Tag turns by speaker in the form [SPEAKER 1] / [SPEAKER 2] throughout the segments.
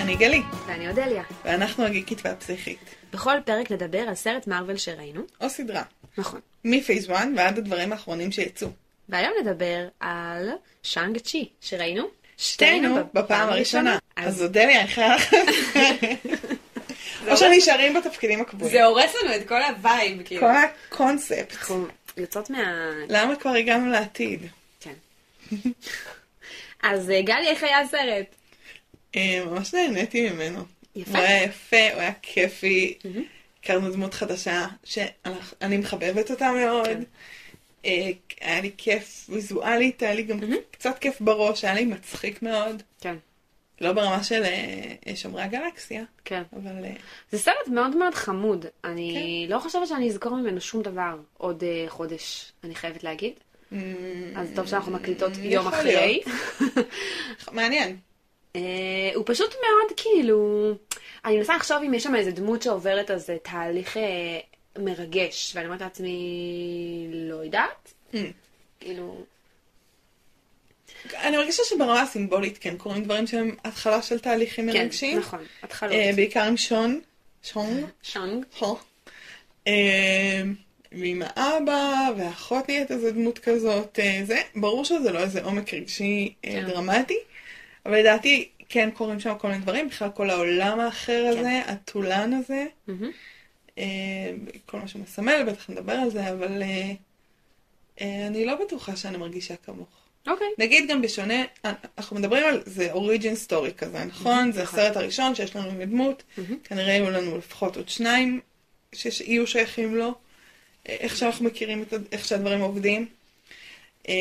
[SPEAKER 1] אני גלי,
[SPEAKER 2] ואני אודליה.
[SPEAKER 1] ואנחנו הגיקית והפסיכית,
[SPEAKER 2] בכל פרק נדבר על סרט מארוול שראינו.
[SPEAKER 1] או סדרה,
[SPEAKER 2] נכון.
[SPEAKER 1] מפייס 1 ועד הדברים האחרונים שיצאו.
[SPEAKER 2] והיום נדבר על שאנג צ'י שראינו.
[SPEAKER 1] שתינו בפעם הראשונה. אז אודליה, איך היה לך? או שנשארים בתפקידים הקבועים.
[SPEAKER 3] זה הורס לנו את כל הווייב, כאילו.
[SPEAKER 1] כל הקונספט.
[SPEAKER 2] אנחנו יוצאות מה...
[SPEAKER 1] למה כבר הגענו לעתיד?
[SPEAKER 2] כן. אז אה, גלי, איך היה הסרט?
[SPEAKER 1] אה, ממש נהניתי ממנו.
[SPEAKER 2] יפה.
[SPEAKER 1] הוא היה יפה, הוא היה כיפי. הכרנו דמות חדשה שאני מחבבת אותה מאוד.
[SPEAKER 2] כן.
[SPEAKER 1] אה, היה לי כיף ויזואלית, היה לי גם קצת כיף בראש, היה לי מצחיק מאוד.
[SPEAKER 2] כן.
[SPEAKER 1] לא ברמה של אה, שומרי הגלקסיה,
[SPEAKER 2] כן.
[SPEAKER 1] אבל אה,
[SPEAKER 2] זה סרט מאוד מאוד חמוד. אני
[SPEAKER 1] כן.
[SPEAKER 2] לא חושבת שאני אזכור ממנו שום דבר עוד אה, חודש, אני חייבת להגיד. אז טוב שאנחנו מקליטות
[SPEAKER 1] אה, יכול
[SPEAKER 2] יום אחרי.
[SPEAKER 1] להיות. מעניין.
[SPEAKER 2] אה, הוא פשוט מאוד כאילו, אני מנסה לחשוב אם יש שם איזה דמות שעוברת איזה תהליך אה, מרגש, ואני אומרת לעצמי, לא יודעת,
[SPEAKER 1] Mm.
[SPEAKER 2] כאילו,
[SPEAKER 1] אני מרגישה שברמה הסימבולית כן קורים דברים שהם התחלה של תהליכים
[SPEAKER 2] כן,
[SPEAKER 1] מרגשים.
[SPEAKER 2] נכון, התחלות.
[SPEAKER 1] אה, בעיקר עם שון. שון?
[SPEAKER 2] שאנג,
[SPEAKER 1] הו. אה, ועם האבא, והאחות נהיית איזה דמות כזאת, אה, זה, ברור שזה לא איזה עומק רגשי אה,
[SPEAKER 2] כן.
[SPEAKER 1] דרמטי, אבל לדעתי כן קורים שם כל מיני דברים, בכלל כל העולם האחר
[SPEAKER 2] כן.
[SPEAKER 1] הזה, התולן הזה,
[SPEAKER 2] מהמם.
[SPEAKER 1] אה, כל מה שמסמל, בטח נדבר על זה, אבל אה, אה, אני לא בטוחה שאני מרגישה כמוך.
[SPEAKER 2] אוקיי,
[SPEAKER 1] נגיד גם בשונה, אה, אנחנו מדברים על זה אוריג'ין סטורי כזה, נכון? זה
[SPEAKER 2] נכון.
[SPEAKER 1] הסרט הראשון שיש לנו עם דמות, כנראה יהיו לנו לפחות עוד שניים שיהיו שייכים לו, אה, איך שאנחנו מכירים את, ה- איך שהדברים עובדים. אה,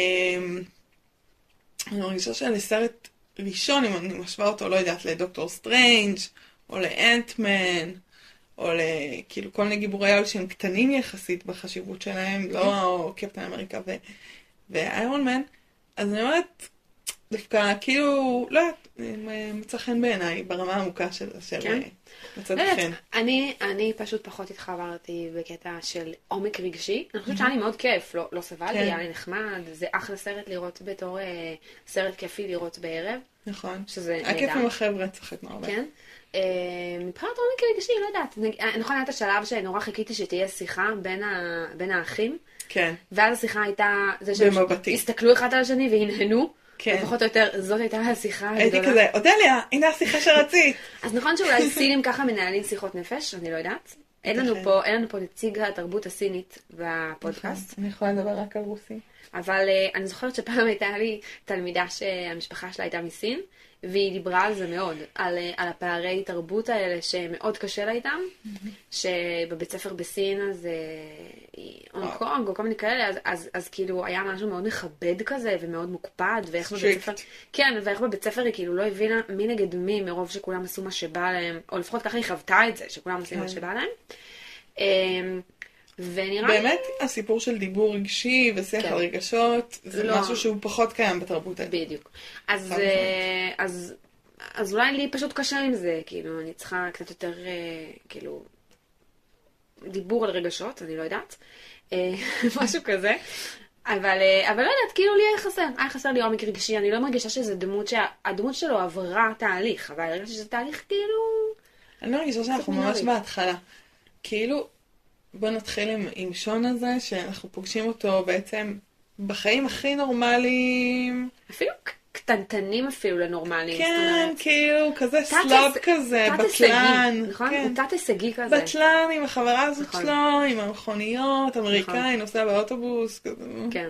[SPEAKER 1] אני מרגישה שלסרט ראשון, אם אני משווה אותו, לא יודעת, לדוקטור סטרנג' או לאנטמן, או לכאילו כל מיני גיבורי על שהם קטנים יחסית בחשיבות שלהם, לא קפטן אמריקה ו... ואיירון מן, אז אני אומרת, דווקא כאילו, לא יודעת, אה, מצא חן בעיניי ברמה העמוקה של אה, אשר
[SPEAKER 2] כן.
[SPEAKER 1] מצאת
[SPEAKER 2] לא יודעת,
[SPEAKER 1] חן.
[SPEAKER 2] אני, אני פשוט פחות התחברתי בקטע של עומק רגשי, אני חושבת שהיה לי מאוד כיף, לא, לא סבלתי,
[SPEAKER 1] כן.
[SPEAKER 2] היה לי נחמד, זה אחלה סרט לראות בתור אה, סרט כיפי לראות בערב,
[SPEAKER 1] נכון.
[SPEAKER 2] שזה
[SPEAKER 1] היה כיף
[SPEAKER 2] אה, נהדר.
[SPEAKER 1] עם החבר'ה, צחקנו הרבה.
[SPEAKER 2] כן. אה, מבחינת עומק רגשי, לא יודעת. נג- אה, נכון, היה את השלב שנורא חיכיתי שתהיה שיחה בין, ה... בין האחים,
[SPEAKER 1] כן.
[SPEAKER 2] ואז השיחה הייתה זה שהם
[SPEAKER 1] במבטים.
[SPEAKER 2] הסתכלו אחד על השני והנהנו.
[SPEAKER 1] כן.
[SPEAKER 2] ופחות או יותר, זאת הייתה השיחה
[SPEAKER 1] הייתי
[SPEAKER 2] הגדולה.
[SPEAKER 1] כזה, אודליה, הנה השיחה שרצית.
[SPEAKER 2] אז נכון שאולי סינים ככה מנהלים שיחות נפש, אני לא יודעת. אין לנו
[SPEAKER 1] ייתכן.
[SPEAKER 2] פה, אין לנו פה נציג התרבות הסינית בפודקאסט.
[SPEAKER 1] אני יכולה לדבר רק על רוסי.
[SPEAKER 2] אבל אה, אני זוכרת שפעם הייתה לי תלמידה שהמשפחה שלה הייתה מסין, והיא דיברה על זה מאוד, על, אה, על הפערי תרבות האלה שמאוד קשה לה איתם,
[SPEAKER 1] Mm-hmm.
[SPEAKER 2] שבבית ספר בסין אז אה, היא- הונג
[SPEAKER 1] וואו.
[SPEAKER 2] קונג או כל מיני כאלה, אז, אז, אז כאילו היה משהו מאוד מכבד כזה ומאוד מוקפד, ואיך בבית
[SPEAKER 1] Strict.
[SPEAKER 2] ספר, כן, ואיך בבית ספר היא כאילו לא הבינה מי נגד מי מרוב שכולם עשו מה שבא להם, או לפחות ככה היא חוותה את זה, שכולם עושים מה
[SPEAKER 1] כן.
[SPEAKER 2] שבא להם. אה, ונראה לי...
[SPEAKER 1] באמת, הסיפור של דיבור רגשי ושיח
[SPEAKER 2] כן.
[SPEAKER 1] על רגשות, זה
[SPEAKER 2] לא.
[SPEAKER 1] משהו שהוא פחות קיים בתרבות האלה.
[SPEAKER 2] בדיוק. אז,
[SPEAKER 1] חד
[SPEAKER 2] אה, אז, אז אולי לי פשוט קשה עם זה, כאילו, אני צריכה קצת יותר, אה, כאילו, דיבור על רגשות, אני לא יודעת, אה, משהו כזה. אבל, אה, אבל לא יודעת, כאילו לי היה חסר, היה חסר לי עומק רגשי, אני לא מרגישה שזו דמות, שהדמות שלו עברה תהליך, אבל הרגשתי שזה תהליך כאילו...
[SPEAKER 1] אני לא מרגישה שאנחנו ממש
[SPEAKER 2] מינורי.
[SPEAKER 1] בהתחלה. כאילו, בוא נתחיל עם, עם שון הזה, שאנחנו פוגשים אותו בעצם בחיים הכי נורמליים.
[SPEAKER 2] אפילו ק- קטנטנים אפילו לנורמליים, זאת
[SPEAKER 1] כן,
[SPEAKER 2] אומרת.
[SPEAKER 1] כאילו, כזה
[SPEAKER 2] תת-
[SPEAKER 1] סלאב כזה,
[SPEAKER 2] תת-הישגי,
[SPEAKER 1] בטלן.
[SPEAKER 2] נכון?
[SPEAKER 1] כן.
[SPEAKER 2] הוא תת-הישגי כזה.
[SPEAKER 1] בטלן עם החברה הזאת
[SPEAKER 2] נכון.
[SPEAKER 1] שלו, עם המכוניות, אמריקאי,
[SPEAKER 2] נכון.
[SPEAKER 1] נוסע באוטובוס, כזה.
[SPEAKER 2] כן.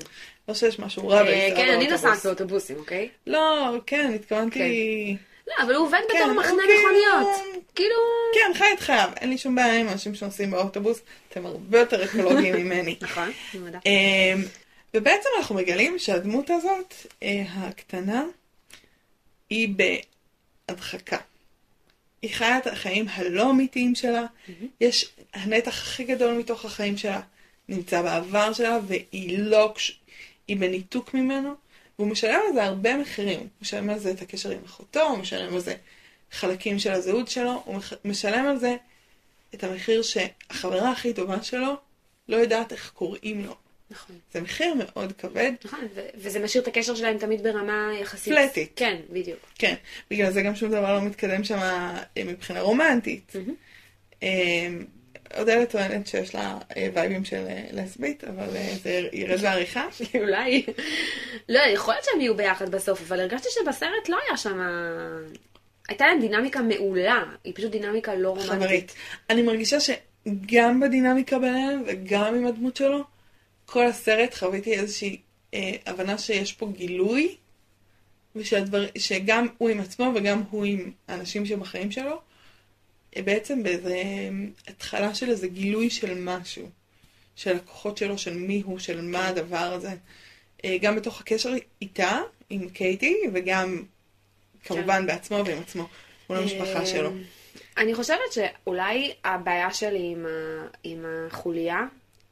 [SPEAKER 1] לא שיש משהו רע
[SPEAKER 2] אה,
[SPEAKER 1] בלנסוע
[SPEAKER 2] כן, אני
[SPEAKER 1] באוטובוס.
[SPEAKER 2] נוסעת באוטובוסים, אוקיי?
[SPEAKER 1] לא, כן, התכוונתי...
[SPEAKER 2] לא, אבל הוא עובד
[SPEAKER 1] כן,
[SPEAKER 2] בתור
[SPEAKER 1] הוא
[SPEAKER 2] מחנה
[SPEAKER 1] כאילו-
[SPEAKER 2] מכוניות. כאילו...
[SPEAKER 1] כן, חי את חייו. אין לי שום בעיה עם אנשים שנוסעים באוטובוס, אתם הרבה יותר אקולוגיים ממני.
[SPEAKER 2] נכון, אני יודעת.
[SPEAKER 1] אמ, ובעצם אנחנו מגלים שהדמות הזאת, אה, הקטנה, היא בהדחקה. היא חיה את החיים הלא אמיתיים שלה, יש הנתח הכי גדול מתוך החיים שלה נמצא בעבר שלה, והיא לא, קש- היא בניתוק ממנו, והוא משלם על זה הרבה מחירים. הוא משלם על זה את הקשר עם אחותו, הוא משלם על זה חלקים של הזהות שלו, הוא מח- משלם על זה את המחיר שהחברה הכי טובה שלו לא יודעת איך קוראים לו.
[SPEAKER 2] נכון.
[SPEAKER 1] זה מחיר מאוד כבד.
[SPEAKER 2] נכון, ו- וזה משאיר את הקשר שלהם תמיד ברמה יחסית...
[SPEAKER 1] פלטית.
[SPEAKER 2] כן, בדיוק.
[SPEAKER 1] כן, בגלל זה גם שום דבר לא מתקדם שם אה, מבחינה רומנטית.
[SPEAKER 2] מהמם.
[SPEAKER 1] אה, אודלה טוענת שיש לה אה, וייבים של אה, לסבית, אבל אה, זה ירד בעריכה.
[SPEAKER 2] אולי. לא, יכול להיות שהם יהיו ביחד בסוף, אבל הרגשתי שבסרט לא היה שם... הייתה להם דינמיקה מעולה, היא פשוט דינמיקה לא רומנטית.
[SPEAKER 1] חברית. אני מרגישה שגם בדינמיקה ביניהם וגם עם הדמות שלו, כל הסרט חוויתי איזושהי אה, הבנה שיש פה גילוי, ושהדבר, שגם הוא עם עצמו וגם הוא עם האנשים שבחיים שלו, אה, בעצם באיזה אה, התחלה של איזה גילוי של משהו, של הכוחות שלו, של מי הוא, של מה הדבר הזה. אה, גם בתוך הקשר איתה, עם קייטי, וגם כמובן בעצמו ועם עצמו, מול המשפחה שלו.
[SPEAKER 2] אה, אני חושבת שאולי הבעיה שלי עם, ה... עם החוליה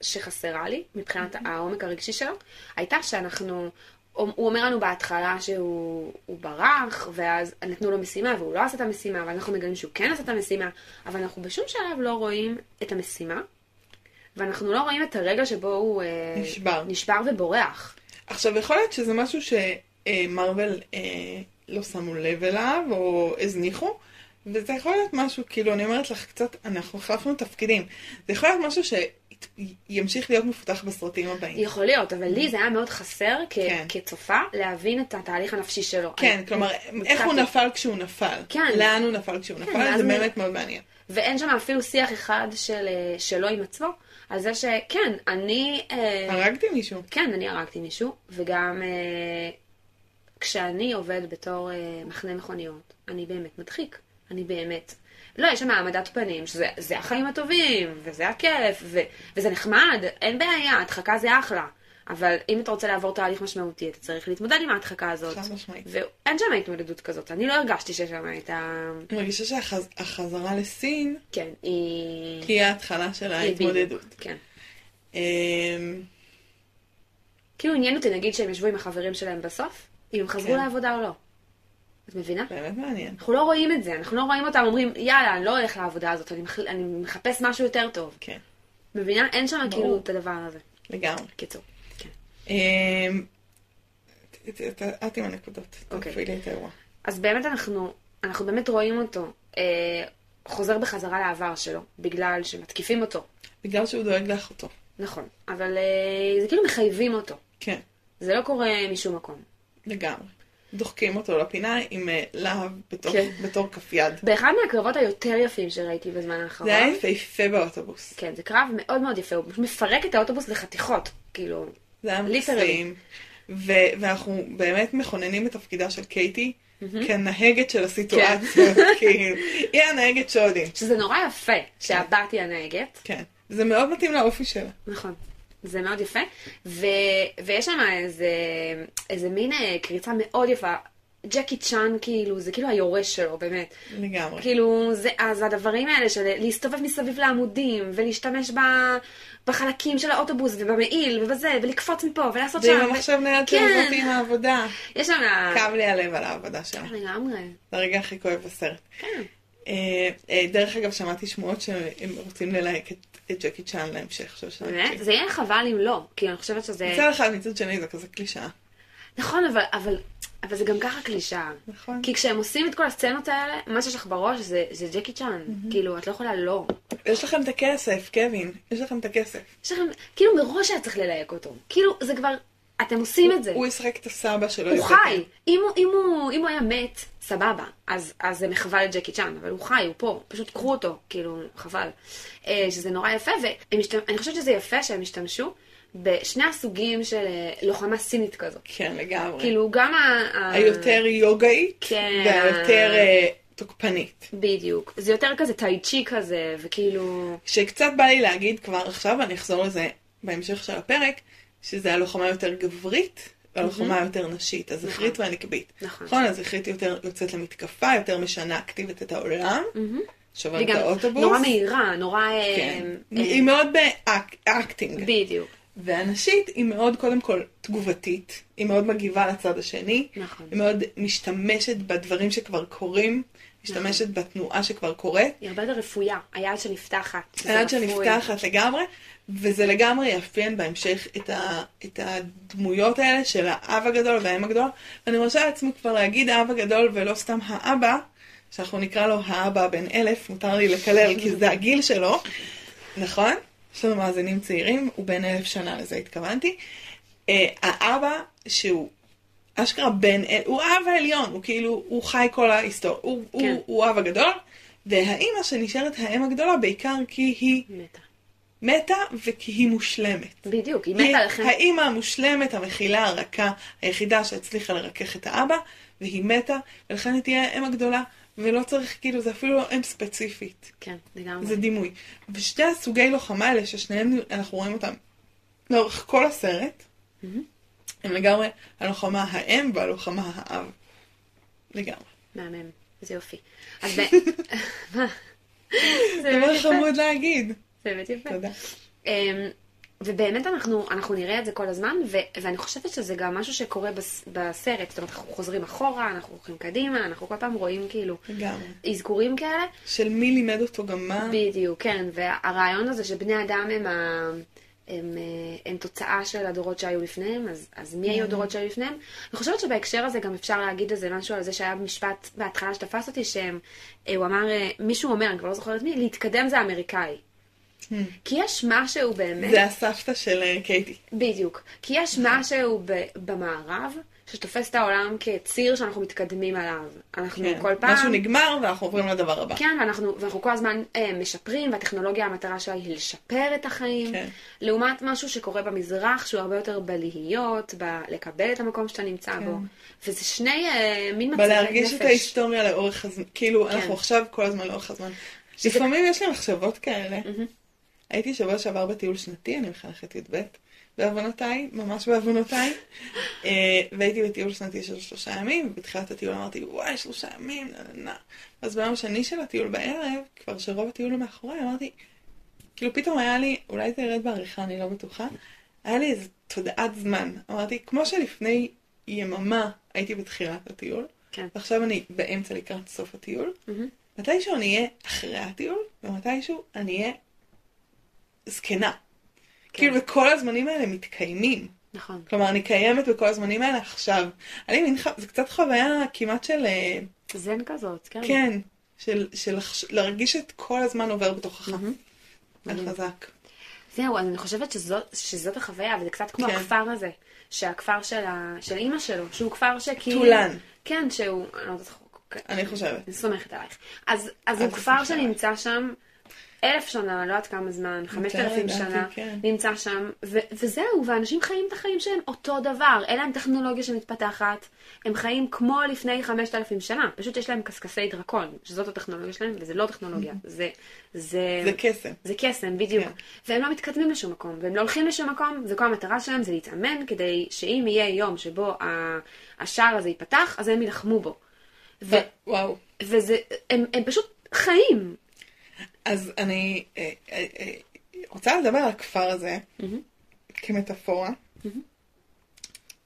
[SPEAKER 2] שחסרה לי, מבחינת
[SPEAKER 1] אוקיי.
[SPEAKER 2] העומק הרגשי שלו, הייתה שאנחנו, הוא אומר לנו בהתחלה שהוא הוא ברח, ואז נתנו לו משימה והוא לא עשה את המשימה, ואז אנחנו מגלים שהוא כן עשה את המשימה, אבל אנחנו בשום שלב לא רואים את המשימה, ואנחנו לא רואים את הרגע שבו הוא אה,
[SPEAKER 1] נשבר.
[SPEAKER 2] נשבר ובורח.
[SPEAKER 1] עכשיו, יכול להיות שזה משהו שמרוויל אה, לא שמו לב אליו, או הזניחו, וזה יכול להיות משהו, כאילו, אני אומרת לך קצת, אנחנו החלפנו תפקידים. זה יכול להיות משהו שימשיך להיות מפותח בסרטים הבאים.
[SPEAKER 2] יכול להיות, אבל לי זה היה מאוד חסר כ-
[SPEAKER 1] אוקיי. כן.
[SPEAKER 2] כצופה להבין את התהליך הנפשי שלו.
[SPEAKER 1] כן,
[SPEAKER 2] אני-
[SPEAKER 1] כלומר, איך הוא נפל כשהוא נפל.
[SPEAKER 2] כן.
[SPEAKER 1] לאן הוא נפל כשהוא נפל,
[SPEAKER 2] ואז
[SPEAKER 1] זה
[SPEAKER 2] הוא-
[SPEAKER 1] באמת מאוד מעניין.
[SPEAKER 2] ואין שם אפילו שיח אחד של, אה, שלו עם עצמו, על זה שכן, אני... אה,
[SPEAKER 1] הרגתי מישהו.
[SPEAKER 2] כן, אני הרגתי מישהו, וגם אה, כשאני עובד בתור אה, מחנה מכוניות, אני באמת מדחיק. אני באמת... לא, יש שם העמדת פנים, שזה זה החיים הטובים, וזה הכיף, ו, וזה נחמד, אין בעיה, הדחקה זה אחלה. אבל אם אתה רוצה לעבור תהליך משמעותי, אתה צריך להתמודד עם ההדחקה הזאת.
[SPEAKER 1] חד משמעית.
[SPEAKER 2] ואין שם התמודדות כזאת, אני לא הרגשתי שיש שם את ה...
[SPEAKER 1] אני מרגישה שהחזרה לסין
[SPEAKER 2] כן, היא...
[SPEAKER 1] היא ההתחלה של
[SPEAKER 2] היא בדיוק,
[SPEAKER 1] ההתמודדות.
[SPEAKER 2] כן.
[SPEAKER 1] אמ,
[SPEAKER 2] כאילו עניין אותי נגיד שהם ישבו עם החברים שלהם בסוף, אם הם חזרו
[SPEAKER 1] כן.
[SPEAKER 2] לעבודה או לא. את מבינה?
[SPEAKER 1] באמת מעניין.
[SPEAKER 2] אנחנו לא רואים את זה, אנחנו לא רואים אותם אומרים, יאללה, אני לא הולך לעבודה הזאת, אני, מח... אני מחפש משהו יותר טוב.
[SPEAKER 1] כן,
[SPEAKER 2] מבינה? אין שם כאילו
[SPEAKER 1] ברור.
[SPEAKER 2] את הדבר הזה.
[SPEAKER 1] לגמרי.
[SPEAKER 2] קיצור. כן.
[SPEAKER 1] אמ, ת- ת- ת- את עם הנקודות,
[SPEAKER 2] אוקיי.
[SPEAKER 1] תקפי לי את האירוע.
[SPEAKER 2] אז באמת אנחנו, אנחנו באמת רואים אותו אה, חוזר בחזרה לעבר שלו, בגלל שמתקיפים אותו.
[SPEAKER 1] בגלל שהוא דואג לאחותו.
[SPEAKER 2] נכון. אבל אה, זה כאילו מחייבים אותו.
[SPEAKER 1] כן,
[SPEAKER 2] זה לא קורה משום מקום.
[SPEAKER 1] לגמרי. דוחקים אותו לפינה עם אה, להב בתור-
[SPEAKER 2] כן.
[SPEAKER 1] בתור כף יד.
[SPEAKER 2] באחד מהקרבות היותר יפים שראיתי בזמן האחרון.
[SPEAKER 1] זה היה יפהפה באוטובוס.
[SPEAKER 2] כן, זה קרב מאוד מאוד יפה, הוא פשוט מפרק את האוטובוס לחתיכות, כאילו,
[SPEAKER 1] זה היה
[SPEAKER 2] ליטרלי.
[SPEAKER 1] מקסים. ו- ואנחנו באמת מכוננים את תפקידה של קייטי כנהגת של הסיטואציה.
[SPEAKER 2] כן.
[SPEAKER 1] כאילו, היא הנהגת שודי.
[SPEAKER 2] שזה נורא יפה שהבת היא הנהגת,
[SPEAKER 1] כן. זה מאוד מתאים לאופי שלה.
[SPEAKER 2] נכון, זה מאוד יפה, ו... ויש שם איזה, איזה מין אה, קריצה מאוד יפה, ג'קי צ'אן, כאילו, זה כאילו היורש שלו, באמת,
[SPEAKER 1] לגמרי.
[SPEAKER 2] כאילו, זה, אז הדברים האלה של להסתובב מסביב לעמודים, ולהשתמש ב... בחלקים של האוטובוס, ובמעיל, ובזה, ולקפוץ מפה, ולעשות שם,
[SPEAKER 1] ועם
[SPEAKER 2] ו-
[SPEAKER 1] המחשב נייד שלו
[SPEAKER 2] כן. אה.
[SPEAKER 1] זאת עם העבודה.
[SPEAKER 2] יש שם...
[SPEAKER 1] כאב לי הלב על העבודה שלה.
[SPEAKER 2] לגמרי.
[SPEAKER 1] זה הרגע הכי כואב בסרט.
[SPEAKER 2] כן.
[SPEAKER 1] אה, אה, דרך אגב, שמעתי שמועות שהם רוצים ללהק את- את ג'קי צ'אן להמשך של שנה.
[SPEAKER 2] באמת? זה יהיה חבל אם לא, כי אני חושבת שזה...
[SPEAKER 1] מצד אחד, מצד שני, זה כזה קלישאה.
[SPEAKER 2] נכון, אבל, אבל, אבל זה גם ככה קלישאה.
[SPEAKER 1] נכון.
[SPEAKER 2] כי כשהם עושים את כל הסצנות האלה, מה שיש לך בראש זה, זה ג'קי צ'אן. כאילו, את לא יכולה לא.
[SPEAKER 1] יש לכם את הכסף, קווין. יש לכם את הכסף.
[SPEAKER 2] יש לכם, כאילו מראש היה צריך ללהק אותו. כאילו, זה כבר, אתם עושים את זה.
[SPEAKER 1] הוא ישחק את הסבא שלו.
[SPEAKER 2] הוא
[SPEAKER 1] יותר.
[SPEAKER 2] חי. אם הוא, אם, הוא, אם הוא היה מת, סבבה. אז, אז זה מחווה לג'קי צ'אן, אבל הוא חי, הוא פה. פשוט קחו אותו, כאילו, חבל. אה, שזה נורא יפה, ואני חושבת שזה יפה שהם השתמשו בשני הסוגים של אה, לוחמה סינית כזאת.
[SPEAKER 1] כן, לגמרי.
[SPEAKER 2] כאילו, גם ה... ה-
[SPEAKER 1] היותר יוגאית,
[SPEAKER 2] כן.
[SPEAKER 1] והיותר אה, תוקפנית.
[SPEAKER 2] בדיוק. זה יותר כזה טאי צ'י כזה, וכאילו...
[SPEAKER 1] שקצת בא לי להגיד כבר עכשיו, אני אחזור לזה בהמשך של הפרק, שזה הלוחמה יותר גברית. והלוחמה יותר נשית, הזכרית
[SPEAKER 2] Mhm. נכון.
[SPEAKER 1] והנקבית.
[SPEAKER 2] נכון.
[SPEAKER 1] נכון, הזכרית יותר יוצאת למתקפה, יותר משנה אקטיבית את העולם, שוברת את
[SPEAKER 2] וגם
[SPEAKER 1] האוטובוס.
[SPEAKER 2] Mhm. נורא מהירה, נורא... אה,
[SPEAKER 1] כן.
[SPEAKER 2] אה,
[SPEAKER 1] היא מאוד באקטינג.
[SPEAKER 2] בדיוק.
[SPEAKER 1] והנשית היא מאוד, קודם כל, תגובתית. היא מאוד מגיבה לצד השני.
[SPEAKER 2] נכון.
[SPEAKER 1] היא מאוד משתמשת בדברים שכבר קורים,
[SPEAKER 2] נכון.
[SPEAKER 1] משתמשת בתנועה שכבר קורית.
[SPEAKER 2] היא הרבה יותר רפויה. היד שנפתחת. שזה
[SPEAKER 1] היד
[SPEAKER 2] רפוי.
[SPEAKER 1] שנפתחת לגמרי, וזה לגמרי יאפיין בהמשך את, ה, את הדמויות האלה של האב הגדול והאם הגדול. ואני מרשה לעצמי כבר להגיד האב הגדול ולא סתם האבא, שאנחנו נקרא לו האבא בן אלף, מותר לי לקלל כי זה הגיל שלו, נכון? יש לנו מאזינים צעירים, הוא בן אלף שנה, לזה התכוונתי. אה, האבא, שהוא אשכרה בן, אל- הוא האב העליון, הוא כאילו, הוא חי כל ההיסטוריה, הוא, כן.
[SPEAKER 2] כן.
[SPEAKER 1] הוא, הוא האב הגדול, והאימא שנשארת האם הגדולה בעיקר כי היא
[SPEAKER 2] מתה.
[SPEAKER 1] מתה וכי היא מושלמת.
[SPEAKER 2] בדיוק, היא
[SPEAKER 1] היא
[SPEAKER 2] מתה לכם.
[SPEAKER 1] האימא המושלמת, המכילה, הרכה, היחידה שהצליחה לרכך את האבא, והיא מתה, ולכן היא תהיה האם הגדולה, ולא צריך, כאילו, זה אפילו לא אם ספציפית,
[SPEAKER 2] כן, לגמרי.
[SPEAKER 1] זה דימוי. ושתי הסוגי לוחמה האלה, ששניהם אנחנו רואים אותם לאורך כל הסרט,
[SPEAKER 2] מהמם. Mm-hmm.
[SPEAKER 1] הם לגמרי הלוחמה האם והלוחמה האב. לגמרי.
[SPEAKER 2] מהמם. זה יופי. אז ב... מה? זה
[SPEAKER 1] דבר
[SPEAKER 2] באמת יפה.
[SPEAKER 1] חמוד להגיד.
[SPEAKER 2] זה באמת יפה.
[SPEAKER 1] תודה.
[SPEAKER 2] אמ, ובאמת אנחנו, אנחנו נראה את זה כל הזמן, ו, ואני חושבת שזה גם משהו שקורה בס, בסרט. זאת אומרת, אנחנו חוזרים אחורה, אנחנו הולכים קדימה, אנחנו כל פעם רואים כאילו
[SPEAKER 1] לגמרי.
[SPEAKER 2] אזכורים כאלה.
[SPEAKER 1] של מי לימד אותו גם מה?
[SPEAKER 2] בדיוק, כן, והרעיון הזה שבני אדם הם, ה... הם, אה, הם תוצאה של הדורות שהיו לפניהם, אז, אז מי היו הדורות שהיו לפניהם? אני חושבת שבהקשר הזה גם אפשר להגיד איזה משהו על זה שהיה משפט בהתחלה שתפס אותי, שהם, אה, הוא אמר, אה, מישהו אומר, אני כבר לא זוכרת מי, להתקדם זה אמריקאי. כי יש משהו באמת...
[SPEAKER 1] כן. זה הסבתא של אה, קייטי.
[SPEAKER 2] בדיוק. כי יש משהו ב- במערב שתופס את העולם כציר שאנחנו מתקדמים עליו. אנחנו
[SPEAKER 1] כן.
[SPEAKER 2] כל פעם...
[SPEAKER 1] משהו נגמר ואנחנו עוברים לדבר הבא.
[SPEAKER 2] כן, ואנחנו, ואנחנו כל הזמן אה, משפרים, והטכנולוגיה, המטרה שלה היא לשפר את החיים.
[SPEAKER 1] כן.
[SPEAKER 2] לעומת משהו שקורה במזרח, שהוא הרבה יותר בלהיות, בלקבל את המקום שאתה נמצא בו. וזה שני אה, מין מצבי נפש. כן.
[SPEAKER 1] כן. בלהרגיש את ההיסטוריה לאורך הזמן, כאילו אנחנו עכשיו כל הזמן לאורך הזמן.
[SPEAKER 2] שזה-
[SPEAKER 1] לפעמים יש לי מחשבות כאלה. הייתי שבוע שעבר בטיול שנתי, אני מחנכת י"ב, בעוונותיי, ממש בעוונותיי, אה, והייתי בטיול שנתי של שלושה ימים, ובתחילת הטיול אמרתי, וואי, שלושה ימים, נה נה נה. אז ביום השני של הטיול בערב, כבר שרוב הטיול הוא מאחורי, אמרתי, כאילו פתאום היה לי, אולי זה ירד בעריכה, אני לא בטוחה, היה לי איזו תודעת זמן. אמרתי, כמו שלפני יממה הייתי בתחילת הטיול,
[SPEAKER 2] כן.
[SPEAKER 1] ועכשיו אני באמצע לקראת סוף הטיול,
[SPEAKER 2] מהמם.
[SPEAKER 1] מתישהו אני אהיה אחרי הטיול, ומתישהו אני אהיה זקנה.
[SPEAKER 2] כן.
[SPEAKER 1] כאילו, וכל הזמנים האלה מתקיימים.
[SPEAKER 2] נכון.
[SPEAKER 1] כלומר, אני קיימת בכל הזמנים האלה עכשיו. אני מין, ח- זה קצת חוויה כמעט של, אה,
[SPEAKER 2] זן כזאת, כן.
[SPEAKER 1] כן, של, של לחש- להרגיש את כל הזמן עובר בתוכך. זה
[SPEAKER 2] מדהים.
[SPEAKER 1] חזק.
[SPEAKER 2] זהו, אז אני חושבת שזאת, שזאת החוויה, וזה קצת כמו
[SPEAKER 1] כן.
[SPEAKER 2] הכפר הזה, שהכפר של, ה... של אימא שלו, שהוא כפר שכאילו...
[SPEAKER 1] טולן.
[SPEAKER 2] כן, שהוא... אני לא יודעת איך הוא-
[SPEAKER 1] אני חושבת.
[SPEAKER 2] אני סומכת עלייך. אז, אז הוא
[SPEAKER 1] אז
[SPEAKER 2] כפר
[SPEAKER 1] סומכת
[SPEAKER 2] שנמצא שם אלף שנה, לא יודעת כמה זמן, חמשת אלפים
[SPEAKER 1] לדעתי,
[SPEAKER 2] שנה,
[SPEAKER 1] כן.
[SPEAKER 2] נמצא שם, ו- וזהו, ואנשים חיים את החיים שלהם אותו דבר, אין להם טכנולוגיה שמתפתחת, הם חיים כמו לפני חמשת אלפים שנה, פשוט יש להם קשקשי דרקון, שזאת הטכנולוגיה שלהם, וזה לא טכנולוגיה, זה... זה...
[SPEAKER 1] זה קסם.
[SPEAKER 2] זה קסם, בדיוק. כן. והם לא מתקדמים לשום מקום, והם לא הולכים לשום מקום, וכל המטרה שלהם זה להתאמן כדי שאם יהיה יום שבו ה- השער הזה ייפתח, אז הם יילחמו בו. ו-
[SPEAKER 1] אה, וואו.
[SPEAKER 2] וזה, הם, הם פשוט חיים.
[SPEAKER 1] אז אני אה, אה, אה, רוצה לדבר על הכפר הזה כמטאפורה.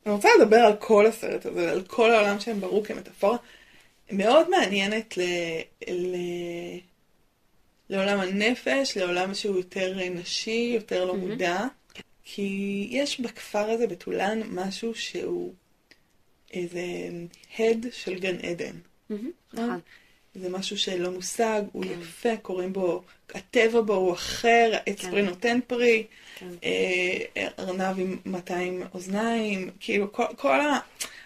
[SPEAKER 1] אני רוצה לדבר על כל הסרט הזה, על כל העולם שהם בראו כמטאפורה. מאוד מעניינת ל... ל... לעולם הנפש, לעולם שהוא יותר אה, נשי, יותר לא מודע. כי יש בכפר הזה, בטולן, משהו שהוא איזה הד של גן עדן.
[SPEAKER 2] נכון. כן.
[SPEAKER 1] זה משהו שלא מושג, הוא יפה, קוראים בו, הטבע בו הוא אחר, העץ
[SPEAKER 2] כן.
[SPEAKER 1] פרי נותן פרי,
[SPEAKER 2] כן.
[SPEAKER 1] אה, ארנב עם 200 אוזניים, כאילו כל, כל ה...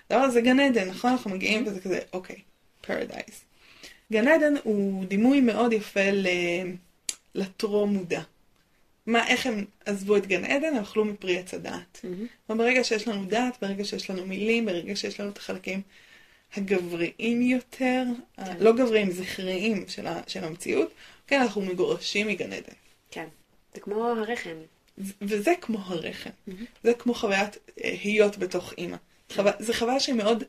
[SPEAKER 1] הדבר הזה גן עדן, נכון? אנחנו מגיעים וזה כזה, אוקיי, פרדייז. גן עדן הוא דימוי מאוד יפה ל... לטרום מודע. מה, איך הם עזבו את גן עדן, הם אכלו מפרי עץ הדעת. אבל ברגע שיש לנו דעת, ברגע שיש לנו מילים, ברגע שיש לנו את החלקים הגבריים יותר, ה- לא גבריים, זכריים של, ה, של המציאות, כן, אנחנו מגורשים מגן עדן.
[SPEAKER 2] כן. זה כמו הרחם.
[SPEAKER 1] ו- וזה כמו הרחם. זה כמו חוויית אה, היות בתוך אימא. חו- זו חוויה שהיא מאוד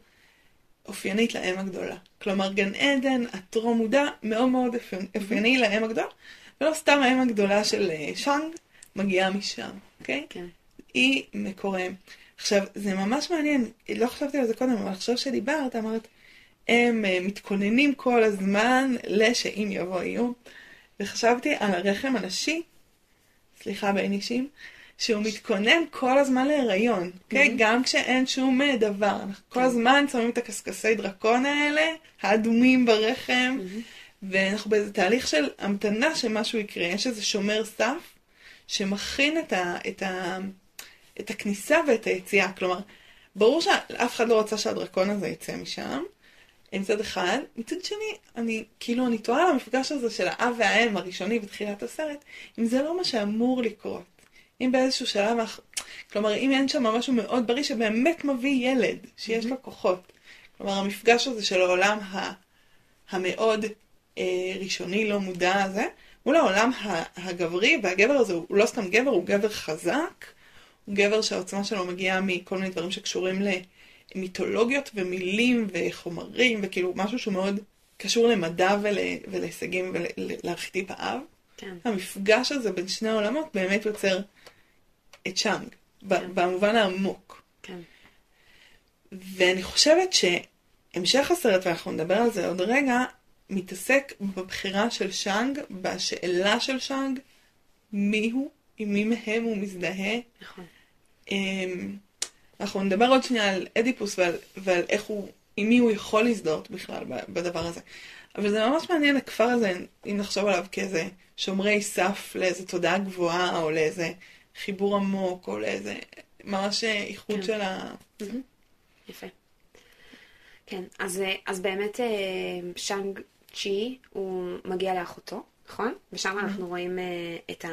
[SPEAKER 1] אופיינית לאם הגדולה. כלומר, גן עדן, הטרום מודע, מאוד מאוד אופי- אופייני לאם הגדולה, ולא סתם האם הגדולה של אה, שאנג מגיעה משם, אוקיי?
[SPEAKER 2] כן.
[SPEAKER 1] היא מקורם. עכשיו, זה ממש מעניין, לא חשבתי על זה קודם, אבל עכשיו שדיברת, אמרת, הם אה, מתכוננים כל הזמן לשאם יבוא איום, וחשבתי על הרחם הנשי סליחה בין אישים, שהוא מתכונן כל הזמן להיריון, אוקיי? גם כשאין שום אה, דבר. אנחנו כל הזמן שמים את הקשקשי דרקון האלה, האדומים ברחם, ואנחנו באיזה תהליך של המתנה שמשהו יקרה. יש איזה שומר סף שמכין את, ה, את, ה, את הכניסה ואת היציאה. כלומר, ברור שאף אחד לא רצה שהדרקון הזה יצא משם, מצד אחד. מצד שני, אני, כאילו, אני תוהה על המפגש הזה של האב והאם הראשוני בתחילת הסרט, אם זה לא מה שאמור לקרות. אם באיזשהו שלב, אנחנו- כלומר, אם אין שם משהו מאוד בריא שבאמת מביא ילד, שיש לו כוחות. כלומר, המפגש הזה של העולם ה... המאוד אה, ראשוני, לא מודע הזה, מול העולם ה- הגברי, והגבר הזה הוא לא סתם גבר, הוא גבר חזק, הוא גבר שהעוצמה שלו מגיעה מכל מיני דברים שקשורים למיתולוגיות ומילים וחומרים, וכאילו משהו שהוא מאוד קשור למדע ול, ולהישגים ולארכיטיפ האב.
[SPEAKER 2] כן.
[SPEAKER 1] המפגש הזה בין שני העולמות באמת יוצר את צ'אנג,
[SPEAKER 2] כן.
[SPEAKER 1] ב- במובן העמוק.
[SPEAKER 2] כן.
[SPEAKER 1] ואני חושבת שהמשך הסרט, ואנחנו נדבר על זה עוד רגע, מתעסק בבחירה של שאנג, בשאלה של שאנג, מי הוא, עם מי מהם הוא מזדהה.
[SPEAKER 2] נכון.
[SPEAKER 1] אמ, אנחנו נדבר עוד שנייה על אדיפוס ועל, ועל איך הוא, עם מי הוא יכול להזדהות בכלל ב- בדבר הזה. אבל זה ממש מעניין הכפר הזה, אם נחשוב עליו כאיזה שומרי סף לאיזה תודעה גבוהה, או לאיזה חיבור עמוק, או לאיזה ממש אה, איחוד
[SPEAKER 2] כן.
[SPEAKER 1] של ה...
[SPEAKER 2] יפה. כן, אז, אה, אז באמת אה, שאנג צ'י הוא מגיע לאחותו, נכון? ושם אנחנו רואים אה, את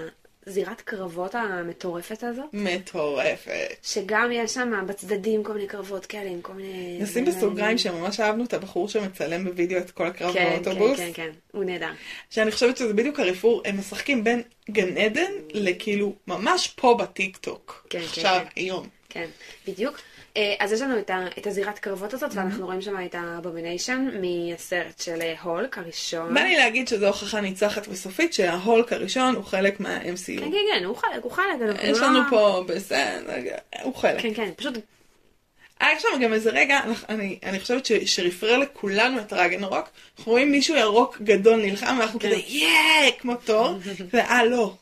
[SPEAKER 2] הזירת קרבות המטורפת הזאת, כן.
[SPEAKER 1] מטורפת.
[SPEAKER 2] שגם יש שם בצדדים כל מיני קרבות כאלה עם כל מיני...
[SPEAKER 1] נשים בסוגריים שממש אהבנו את הבחור שמצלם בווידאו את כל הקרב
[SPEAKER 2] כן,
[SPEAKER 1] באוטובוס,
[SPEAKER 2] כן, כן, כן, הוא נהדר.
[SPEAKER 1] שאני חושבת שזה בדיוק הרפור, הם משחקים בין גן עדן לכאילו ממש פה בטיקטוק,
[SPEAKER 2] כן, כן,
[SPEAKER 1] עכשיו,
[SPEAKER 2] כן.
[SPEAKER 1] היום.
[SPEAKER 2] כן, בדיוק. אה, אז יש לנו את, ה, את הזירת קרבות
[SPEAKER 1] Mm-hmm.
[SPEAKER 2] הזאת, ואנחנו רואים שם את האבומיניישן מהסרט של אה, הולק הראשון.
[SPEAKER 1] בא לי להגיד שזו הוכחה ניצחת וסופית שההולק הראשון הוא חלק
[SPEAKER 2] כן,
[SPEAKER 1] מה-MCU.
[SPEAKER 2] כן, כן, הוא חלק, הוא חלק. אנחנו
[SPEAKER 1] יש
[SPEAKER 2] לא-
[SPEAKER 1] לנו פה, בסדר, הוא חלק.
[SPEAKER 2] כן, כן, פשוט
[SPEAKER 1] היה שם גם איזה רגע, אנחנו- אני אני חושבת ש- שרפרר לכולנו את רגנרוק, אנחנו רואים מישהו ירוק גדול נלחם, ואנחנו
[SPEAKER 2] כן.
[SPEAKER 1] כזה יאה, כמו תור, ואה לא,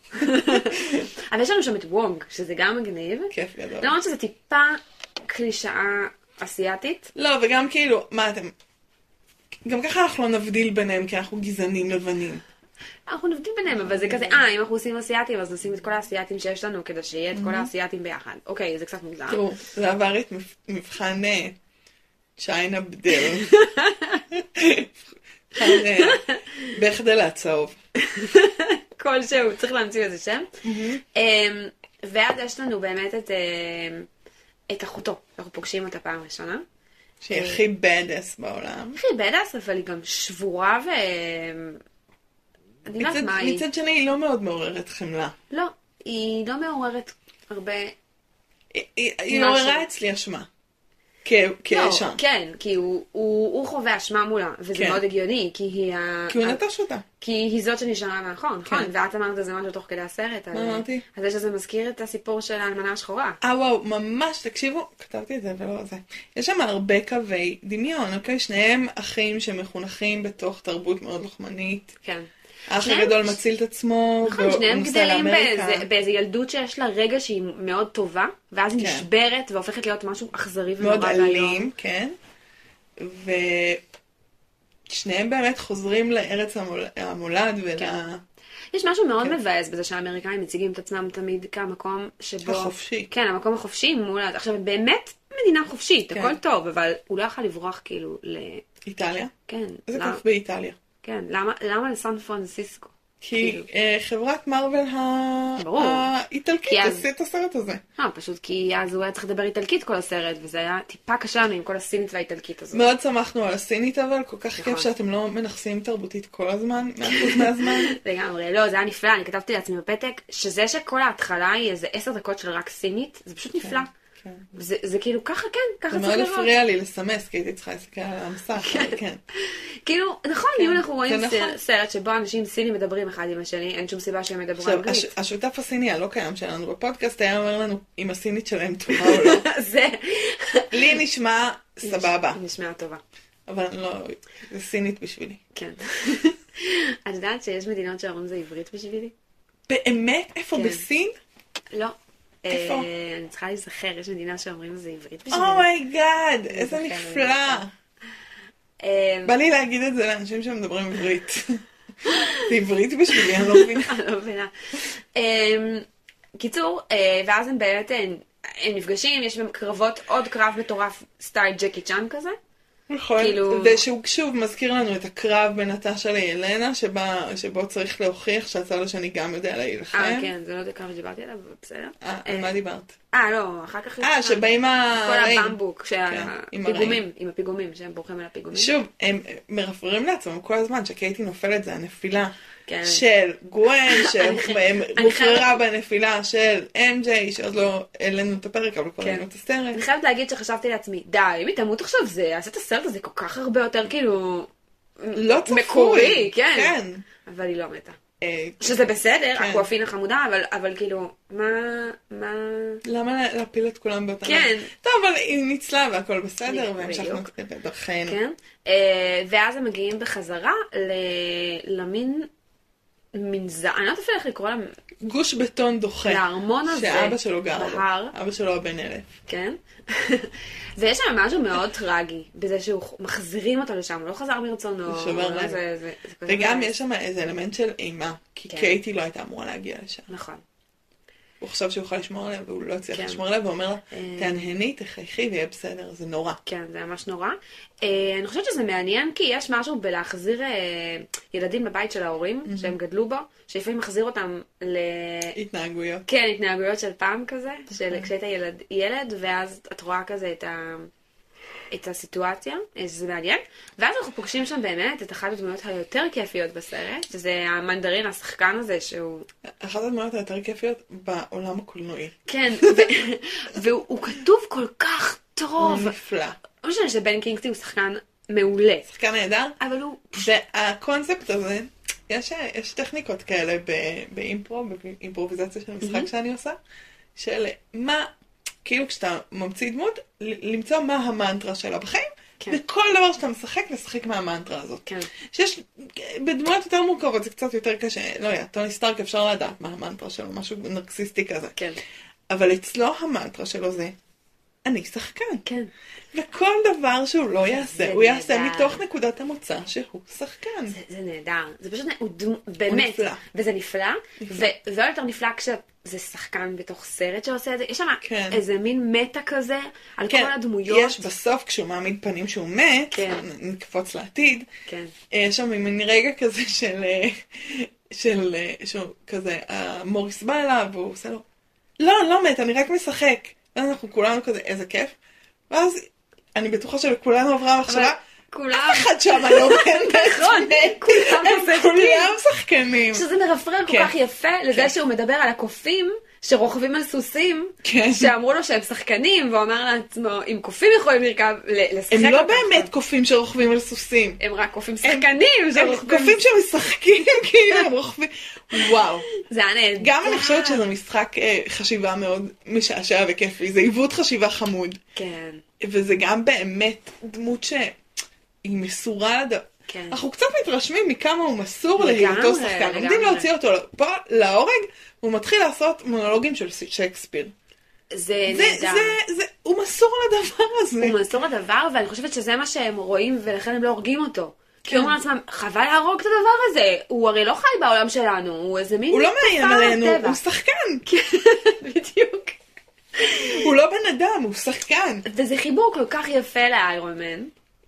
[SPEAKER 2] אבל יש לנו שם את וונג, שזה גם מגניב.
[SPEAKER 1] כיף גדול.
[SPEAKER 2] למרות שזה טיפה קלישאה אסיאתית.
[SPEAKER 1] לא, וגם כאילו, מה אתם... גם ככה אנחנו לא נבדיל ביניהם, כי אנחנו גזענים לבנים.
[SPEAKER 2] אנחנו נבדיל ביניהם, אבל זה
[SPEAKER 1] Mm-hmm.
[SPEAKER 2] כזה, אה, אם אנחנו עושים אסיאתים, אז נשים את כל האסיאתים שיש לנו, כדי שיהיה את
[SPEAKER 1] Mm-hmm.
[SPEAKER 2] כל האסיאתים ביחד. אוקיי, זה קצת מוזר.
[SPEAKER 1] תראו, זה עבר את מב- מבחן אה, צ'יינה בדל. מבחן, אה, בכדל הצהוב.
[SPEAKER 2] כלשהו, צריך להמציא לזה שם.
[SPEAKER 1] Mm-hmm.
[SPEAKER 2] אמ, ואז יש לנו באמת את אמ, את אחותו, אנחנו פוגשים אותה פעם ראשונה.
[SPEAKER 1] שהיא הכי בדס בעולם.
[SPEAKER 2] הכי בדס, אבל היא גם שבורה ו... אמ, אני לא יודעת
[SPEAKER 1] מצד-
[SPEAKER 2] מה היא.
[SPEAKER 1] מצד שני, היא לא מאוד מעוררת חמלה.
[SPEAKER 2] לא, היא לא מעוררת הרבה
[SPEAKER 1] היא- היא-
[SPEAKER 2] משהו.
[SPEAKER 1] היא מעוררה אצלי אשמה. כ-
[SPEAKER 2] לא,
[SPEAKER 1] כאשם.
[SPEAKER 2] כן, כי הוא, הוא, הוא חווה אשמה מולה, וזה
[SPEAKER 1] כן.
[SPEAKER 2] מאוד הגיוני, כי היא, ה...
[SPEAKER 1] כי הוא נטש אותה.
[SPEAKER 2] כי היא זאת שנשארה מאחור, נכון?
[SPEAKER 1] כן.
[SPEAKER 2] ואת אמרת איזה משהו תוך כדי הסרט. על-
[SPEAKER 1] אמרתי?
[SPEAKER 2] על זה שזה מזכיר את הסיפור של האלמנה השחורה.
[SPEAKER 1] אה וואו, ממש, תקשיבו, כתבתי את זה ולא זה. יש שם הרבה קווי דמיון, אוקיי? שניהם אחים שמחונכים בתוך תרבות מאוד לוחמנית.
[SPEAKER 2] כן.
[SPEAKER 1] האח
[SPEAKER 2] שניהם-
[SPEAKER 1] הגדול מציל את עצמו,
[SPEAKER 2] נכון,
[SPEAKER 1] והוא
[SPEAKER 2] שניהם
[SPEAKER 1] נוסע
[SPEAKER 2] גדלים
[SPEAKER 1] לא, לאמריקה.
[SPEAKER 2] באיזה, באיזה ילדות שיש לה רגע שהיא מאוד טובה, ואז היא
[SPEAKER 1] כן.
[SPEAKER 2] נשברת והופכת להיות משהו אכזרי ונורא
[SPEAKER 1] מאוד
[SPEAKER 2] ואיום.
[SPEAKER 1] לא אלים, כן. ושניהם באמת חוזרים לארץ המול... המולד
[SPEAKER 2] כן.
[SPEAKER 1] ולחופשי.
[SPEAKER 2] יש משהו מאוד
[SPEAKER 1] כן.
[SPEAKER 2] מבאס בזה שהאמריקאים מציגים את עצמם תמיד כמקום שבו...
[SPEAKER 1] החופשי.
[SPEAKER 2] כן, המקום החופשי מול... ה- עכשיו, באמת מדינה חופשית,
[SPEAKER 1] כן.
[SPEAKER 2] הכל טוב, אבל הוא לא יכול לברוח כאילו ל...
[SPEAKER 1] איטליה?
[SPEAKER 2] כן,
[SPEAKER 1] איזה
[SPEAKER 2] למה-
[SPEAKER 1] כיף באיטליה.
[SPEAKER 2] כן, למה, למה לסן פרנסיסקו?
[SPEAKER 1] כי
[SPEAKER 2] כאילו.
[SPEAKER 1] אה, חברת מארוול ה-
[SPEAKER 2] ברור.
[SPEAKER 1] האיטלקית
[SPEAKER 2] כי אז-
[SPEAKER 1] עשתה את הסרט הזה.
[SPEAKER 2] אה, פשוט כי אז הוא היה צריך לדבר איטלקית כל הסרט, וזה היה טיפה קשה לנו עם כל הסינית והאיטלקית הזאת.
[SPEAKER 1] מאוד שמחנו על הסינית אבל, כל כך
[SPEAKER 2] נכון.
[SPEAKER 1] כיף שאתם לא מנכסים תרבותית כל הזמן, 100% מהזמן. כן,
[SPEAKER 2] לגמרי, לא, זה היה נפלא, אני כתבתי לעצמי בפתק, שזה שכל ההתחלה היא איזה עשר דקות של רק סינית, זה פשוט נפלא.
[SPEAKER 1] כן.
[SPEAKER 2] זה, זה כאילו ככה כן,
[SPEAKER 1] זה
[SPEAKER 2] ככה
[SPEAKER 1] מאוד
[SPEAKER 2] צריך לראות.
[SPEAKER 1] הפריע לי לסמס, כי הייתי צריכה להסתכל על המסך, אבל כן.
[SPEAKER 2] כאילו, נכון, אם אנחנו רואים
[SPEAKER 1] זה
[SPEAKER 2] סר-
[SPEAKER 1] נכון.
[SPEAKER 2] סרט שבו אנשים סינים מדברים אחד עם השני, אין שום סיבה שהם ידברו
[SPEAKER 1] עכשיו,
[SPEAKER 2] אנגלית.
[SPEAKER 1] הש- השותף הסיני הלא קיים שלנו בפודקאסט היה אומר לנו אם הסינית שלהם טובה או לא.
[SPEAKER 2] זה...
[SPEAKER 1] לי נשמע סבבה,
[SPEAKER 2] נשמעה טובה.
[SPEAKER 1] אבל אני לא, זה סינית בשבילי.
[SPEAKER 2] כן. את יודעת שיש מדינות שהאומרים זה עברית בשבילי?
[SPEAKER 1] באמת? איפה?
[SPEAKER 2] כן.
[SPEAKER 1] בסין?
[SPEAKER 2] לא.
[SPEAKER 1] איפה? Oh
[SPEAKER 2] אה, אני צריכה להיזכר, יש מדינה שאומרים זה עברית
[SPEAKER 1] אומייגאד, איזה
[SPEAKER 2] זוכרת.
[SPEAKER 1] נפלא.
[SPEAKER 2] אה,
[SPEAKER 1] בא לי להגיד את זה לאנשים שמדברים עברית. זה עברית בשבילי, אני לא מבינה.
[SPEAKER 2] אני לא מבינה. אמ, קיצור, אה, ואז הם באמת, הם, הם נפגשים, יש בהם קרבות, עוד קרב מטורף סטייל ג'קי צ'אן כזה.
[SPEAKER 1] נכון,
[SPEAKER 2] כאילו-
[SPEAKER 1] ושהוא שוב מזכיר לנו את הקרב בין נטשה לילנה, שבה- שבו צריך להוכיח שהצד השני גם יודע להילחם.
[SPEAKER 2] אה, כן, זה לא יודע כמה שדיברתי עליו, אבל בסדר.
[SPEAKER 1] אה, על מה דיברת?
[SPEAKER 2] אה, לא, אחר כך...
[SPEAKER 1] אה, שבאים ה...
[SPEAKER 2] כל הבמבוק, שה-
[SPEAKER 1] כן, עם
[SPEAKER 2] הפיגומים, עם הפיגומים, שהם בורחים על הפיגומים.
[SPEAKER 1] שוב, הם הם מרפררים לעצמם כל הזמן שקייטי נופלת זה הנפילה
[SPEAKER 2] כן.
[SPEAKER 1] של גוון, שהוכררה
[SPEAKER 2] חייבת-
[SPEAKER 1] בנפילה של אמג'יי, שעוד לא העלינו את הפרק, אבל כבר
[SPEAKER 2] כן.
[SPEAKER 1] העלינו את הסרט.
[SPEAKER 2] אני חייבת להגיד שחשבתי לעצמי, די, אם היא תמות עכשיו, זה יעשה את הסרט הזה כל כך הרבה יותר כאילו...
[SPEAKER 1] לא צפוי.
[SPEAKER 2] מקורי, כן.
[SPEAKER 1] כן.
[SPEAKER 2] אבל היא לא מתה.
[SPEAKER 1] אה,
[SPEAKER 2] שזה בסדר,
[SPEAKER 1] כן.
[SPEAKER 2] הקואפינה חמודה, אבל- אבל כאילו, מה... מה...
[SPEAKER 1] למה להפיל את כולם באותה...
[SPEAKER 2] כן.
[SPEAKER 1] טוב, אבל היא ניצלה והכל בסדר,
[SPEAKER 2] בדיוק.
[SPEAKER 1] והמשכנו את דרכינו.
[SPEAKER 2] כן? אה, ואז הם מגיעים בחזרה ל- למין מנזר, אני לא יודעת אפילו איך לקרוא להם,
[SPEAKER 1] גוש בטון דוחה.
[SPEAKER 2] לארמון הזה
[SPEAKER 1] שאבא שלו גר בו.
[SPEAKER 2] בהר.
[SPEAKER 1] אבא שלו הבן אלף.
[SPEAKER 2] כן? ויש שם משהו מאוד טרגי, בזה שהוא מחזירים אותו לשם, הוא לא חזר מרצונו.
[SPEAKER 1] זה שובר
[SPEAKER 2] לא
[SPEAKER 1] לב.
[SPEAKER 2] זה- זה- זה כזה
[SPEAKER 1] וגם
[SPEAKER 2] מבאס.
[SPEAKER 1] יש שם איזה אלמנט של אימה, כי
[SPEAKER 2] כן.
[SPEAKER 1] קייטי לא הייתה אמורה להגיע לשם.
[SPEAKER 2] נכון.
[SPEAKER 1] הוא חשב שהוא יוכל לשמור עליה, והוא לא הצליח
[SPEAKER 2] כן.
[SPEAKER 1] לשמור עליה, ואומר לה,
[SPEAKER 2] אה.
[SPEAKER 1] תהנהני, תחייכי ויהיה בסדר, זה נורא.
[SPEAKER 2] כן, זה ממש נורא. אה, אני חושבת שזה מעניין, כי יש משהו בלהחזיר אה, ילדים לבית של ההורים, שהם גדלו בו, שלפעמים מחזיר אותם ל...
[SPEAKER 1] התנהגויות.
[SPEAKER 2] כן, התנהגויות של פעם כזה, של כשהיית ילד, ילד, ואז את רואה כזה את, ה, את הסיטואציה, אה, שזה מעניין. ואז אנחנו פוגשים שם באמת את אחת הדמויות היותר כיפיות בסרט, שזה המנדרין, השחקן הזה, שהוא...
[SPEAKER 1] אחת הדמויות היותר כיפיות בעולם הקולנועי.
[SPEAKER 2] כן, ו... והוא הוא כתוב כל כך
[SPEAKER 1] הוא
[SPEAKER 2] טוב.
[SPEAKER 1] נפלא.
[SPEAKER 2] לא משנה שבן קינגסי הוא שחקן מעולה,
[SPEAKER 1] שחקן נהדר.
[SPEAKER 2] אבל הוא...
[SPEAKER 1] והקונספט הזה, יש, יש טכניקות כאלה ב- באימפרו, באימפרוביזציה של משחק שאני עושה, של מה, כאילו כשאתה ממציא דמות, ל- למצוא מה המנטרה שלה בחיים,
[SPEAKER 2] כן.
[SPEAKER 1] וכל דבר שאתה משחק, לשחק מהמנטרה הזאת.
[SPEAKER 2] כן.
[SPEAKER 1] שיש, בדמויות יותר מורכבות זה קצת יותר קשה, לא יודע, טוני סטארק אפשר לדעת מה המנטרה שלו, משהו נרקסיסטי כזה.
[SPEAKER 2] כן.
[SPEAKER 1] אבל אצלו המנטרה שלו זה, אני שחקן.
[SPEAKER 2] כן.
[SPEAKER 1] וכל דבר שהוא לא יעשה,
[SPEAKER 2] זה
[SPEAKER 1] הוא יעשה
[SPEAKER 2] נהדר.
[SPEAKER 1] מתוך נקודת המוצא שהוא שחקן.
[SPEAKER 2] זה, זה נהדר, זה פשוט, נ- הוא דמ... באמת,
[SPEAKER 1] נפלא.
[SPEAKER 2] וזה נפלא, ו- ועוד יותר נפלא כשזה שחקן בתוך סרט שעושה את זה, יש שם
[SPEAKER 1] כן.
[SPEAKER 2] איזה מין מטה כזה, על
[SPEAKER 1] כן,
[SPEAKER 2] כל הדמויות,
[SPEAKER 1] יש בסוף, כשהוא מעמיד פנים שהוא מת,
[SPEAKER 2] כן.
[SPEAKER 1] נ- נקפוץ לעתיד,
[SPEAKER 2] כן,
[SPEAKER 1] אה, יש שם מין רגע כזה של, אה, של, אה, שהוא כזה, אה, מוריס בא אליו, והוא עושה לו, לא, אני לא מת, אני רק משחק. ואז אנחנו כולנו כזה, איזה כיף. ואז אני בטוחה שלכולנו עברה המחשבה,
[SPEAKER 2] כולם,
[SPEAKER 1] אף אחד שם לא מת,
[SPEAKER 2] נכון, כולם
[SPEAKER 1] הם
[SPEAKER 2] משחקים,
[SPEAKER 1] כולם שחקנים.
[SPEAKER 2] אה, שזה מרפרר כל
[SPEAKER 1] כן.
[SPEAKER 2] כך יפה לזה
[SPEAKER 1] כן.
[SPEAKER 2] שהוא מדבר על הקופים שרוכבים על סוסים,
[SPEAKER 1] כן.
[SPEAKER 2] שאמרו לו שהם שחקנים, ואומר לעצמו, אם קופים יכולים לרכב, ל- לשחק,
[SPEAKER 1] הם לא
[SPEAKER 2] כל כך
[SPEAKER 1] באמת
[SPEAKER 2] טוב."
[SPEAKER 1] קופים שרוכבים על סוסים.
[SPEAKER 2] הם רק קופים שחקנים,
[SPEAKER 1] הם
[SPEAKER 2] שרוכבים.
[SPEAKER 1] קופים שמשחקים, כאילו, הם רוכבים. וואו.
[SPEAKER 2] זה היה נהדר.
[SPEAKER 1] גם אני חושבת שזה משחק אה, חשיבה מאוד משעשע וכיפי. זה עיוות חשיבה חמוד.
[SPEAKER 2] כן,
[SPEAKER 1] וזה גם באמת דמות שהיא מסורה עד...
[SPEAKER 2] כן.
[SPEAKER 1] אנחנו קצת מתרשמים מכמה הוא מסור
[SPEAKER 2] לגמרי,
[SPEAKER 1] להיותו שחקן.
[SPEAKER 2] לגמרי.
[SPEAKER 1] עומדים להוציא אותו לא- פה להורג, הוא מתחיל לעשות מונולוגים של שייקספיר.
[SPEAKER 2] זה
[SPEAKER 1] זה,
[SPEAKER 2] נהדר.
[SPEAKER 1] זה, זה, הוא מסור לדבר הזה.
[SPEAKER 2] כן, הוא מסור לדבר, ואני חושבת שזה מה שהם רואים, ולכן הם לא הורגים אותו.
[SPEAKER 1] כן.
[SPEAKER 2] כי אומרים לעצמם, חבל להרוג את הדבר הזה, הוא הרי לא חי בעולם שלנו, הוא איזה מין...
[SPEAKER 1] הוא לא מאיים
[SPEAKER 2] תופעת
[SPEAKER 1] עלינו,
[SPEAKER 2] טבע."
[SPEAKER 1] הוא שחקן.
[SPEAKER 2] בדיוק. כן.
[SPEAKER 1] הוא לא בן אדם, הוא שחקן.
[SPEAKER 2] וזה חיבור כל כך יפה לאיירון מן,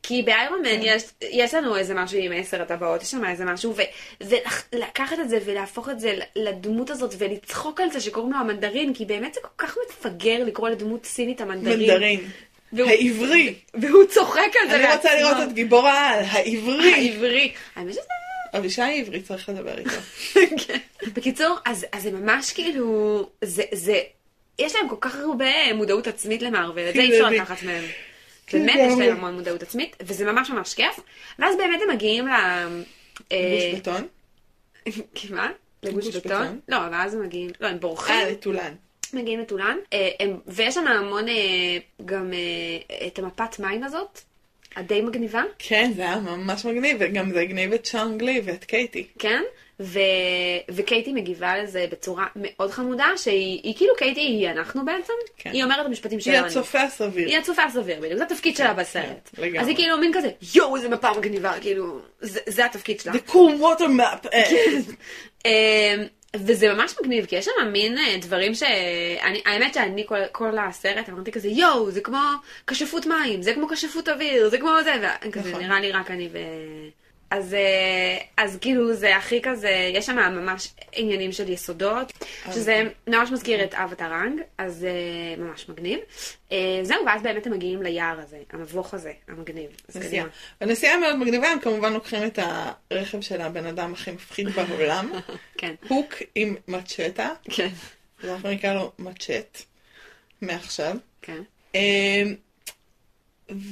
[SPEAKER 2] כי באיירון
[SPEAKER 1] כן.
[SPEAKER 2] מן יש, יש לנו איזה משהו עם עשר הטבעות, יש שם איזה משהו, ו- ולקחת את זה ולהפוך את זה ל- לדמות הזאת, ולצחוק על זה שקוראים לו המנדרין, כי באמת זה כל כך מפגר לקרוא לדמות סינית המנדרין.
[SPEAKER 1] מנדרין.
[SPEAKER 2] והוא-
[SPEAKER 1] העברי.
[SPEAKER 2] והוא צוחק על זה
[SPEAKER 1] אני רוצה
[SPEAKER 2] לעצמו.
[SPEAKER 1] לראות את גיבור העל, העברי.
[SPEAKER 2] העברי. האמת שזה
[SPEAKER 1] אבישי העברי צריך לדבר איתו.
[SPEAKER 2] כן. בקיצור, אז, אז זה ממש כאילו, זה, זה, יש להם כל כך הרבה מודעות עצמית למארוול, את זה אי אפשר
[SPEAKER 1] לגמרי.
[SPEAKER 2] לקחת מהם.
[SPEAKER 1] כן,
[SPEAKER 2] באמת יש
[SPEAKER 1] לגמרי.
[SPEAKER 2] להם המון מודעות עצמית, וזה ממש ממש כיף. ואז באמת הם מגיעים ל... אה,
[SPEAKER 1] גוש בטון?
[SPEAKER 2] כמעט? לגוש
[SPEAKER 1] לגוש
[SPEAKER 2] בטון?
[SPEAKER 1] בטון.
[SPEAKER 2] לא, אבל אז הם מגיעים, לא, הם בורחים.
[SPEAKER 1] אה, לטולן.
[SPEAKER 2] מגיעים לטולאן, אה, הם- ויש שם המון אה, גם אה, את המפת מים הזאת, הדי מגניבה,
[SPEAKER 1] כן, זה היה ממש מגניב, וגם זה הגניב את צ'אנג לי ואת קייטי.
[SPEAKER 2] כן? ו... וקייטי מגיבה לזה בצורה מאוד חמודה, שהיא היא כאילו קייטי היא אנחנו בעצם,
[SPEAKER 1] כן.
[SPEAKER 2] היא אומרת את המשפטים
[SPEAKER 1] היא
[SPEAKER 2] שלנו.
[SPEAKER 1] הצופה הסביר.
[SPEAKER 2] היא הצופה הסביר בדיוק, זה התפקיד שלה בסרט.
[SPEAKER 1] כן, לגמרי.
[SPEAKER 2] אז היא כאילו מין כזה, יואו, איזה מפה מגניבה, כאילו, זה, זה התפקיד שלה.
[SPEAKER 1] The cool water map. אה.
[SPEAKER 2] כן, אמ, וזה ממש מגניב, כי יש שם מין אה, דברים ש... אני, האמת שאני כל, כל הסרט אמרתי כזה, יואו, זה כמו כשפות מים, זה כמו כשפות אוויר, זה כמו זה, וכזה
[SPEAKER 1] נכון.
[SPEAKER 2] נראה לי רק אני ו... אז, אה, אז כאילו זה הכי כזה, יש שם ממש עניינים של יסודות, שזה ממש מזכיר את אב הטרנג, אז אה, ממש מגניב. אה, זהו, ואז באמת הם מגיעים ליער הזה, המבוך הזה, המגניב. אז
[SPEAKER 1] נסיעה.
[SPEAKER 2] קדימה.
[SPEAKER 1] הנסיעה מאוד מגניבה, הם כמובן לוקחים את הרכב של הבן אדם הכי מפחיד בעולם,
[SPEAKER 2] כן,
[SPEAKER 1] הוק עם מצ'טה,
[SPEAKER 2] כן,
[SPEAKER 1] אנחנו נקרא לו מצ'ט, מעכשיו.
[SPEAKER 2] כן.
[SPEAKER 1] אמ,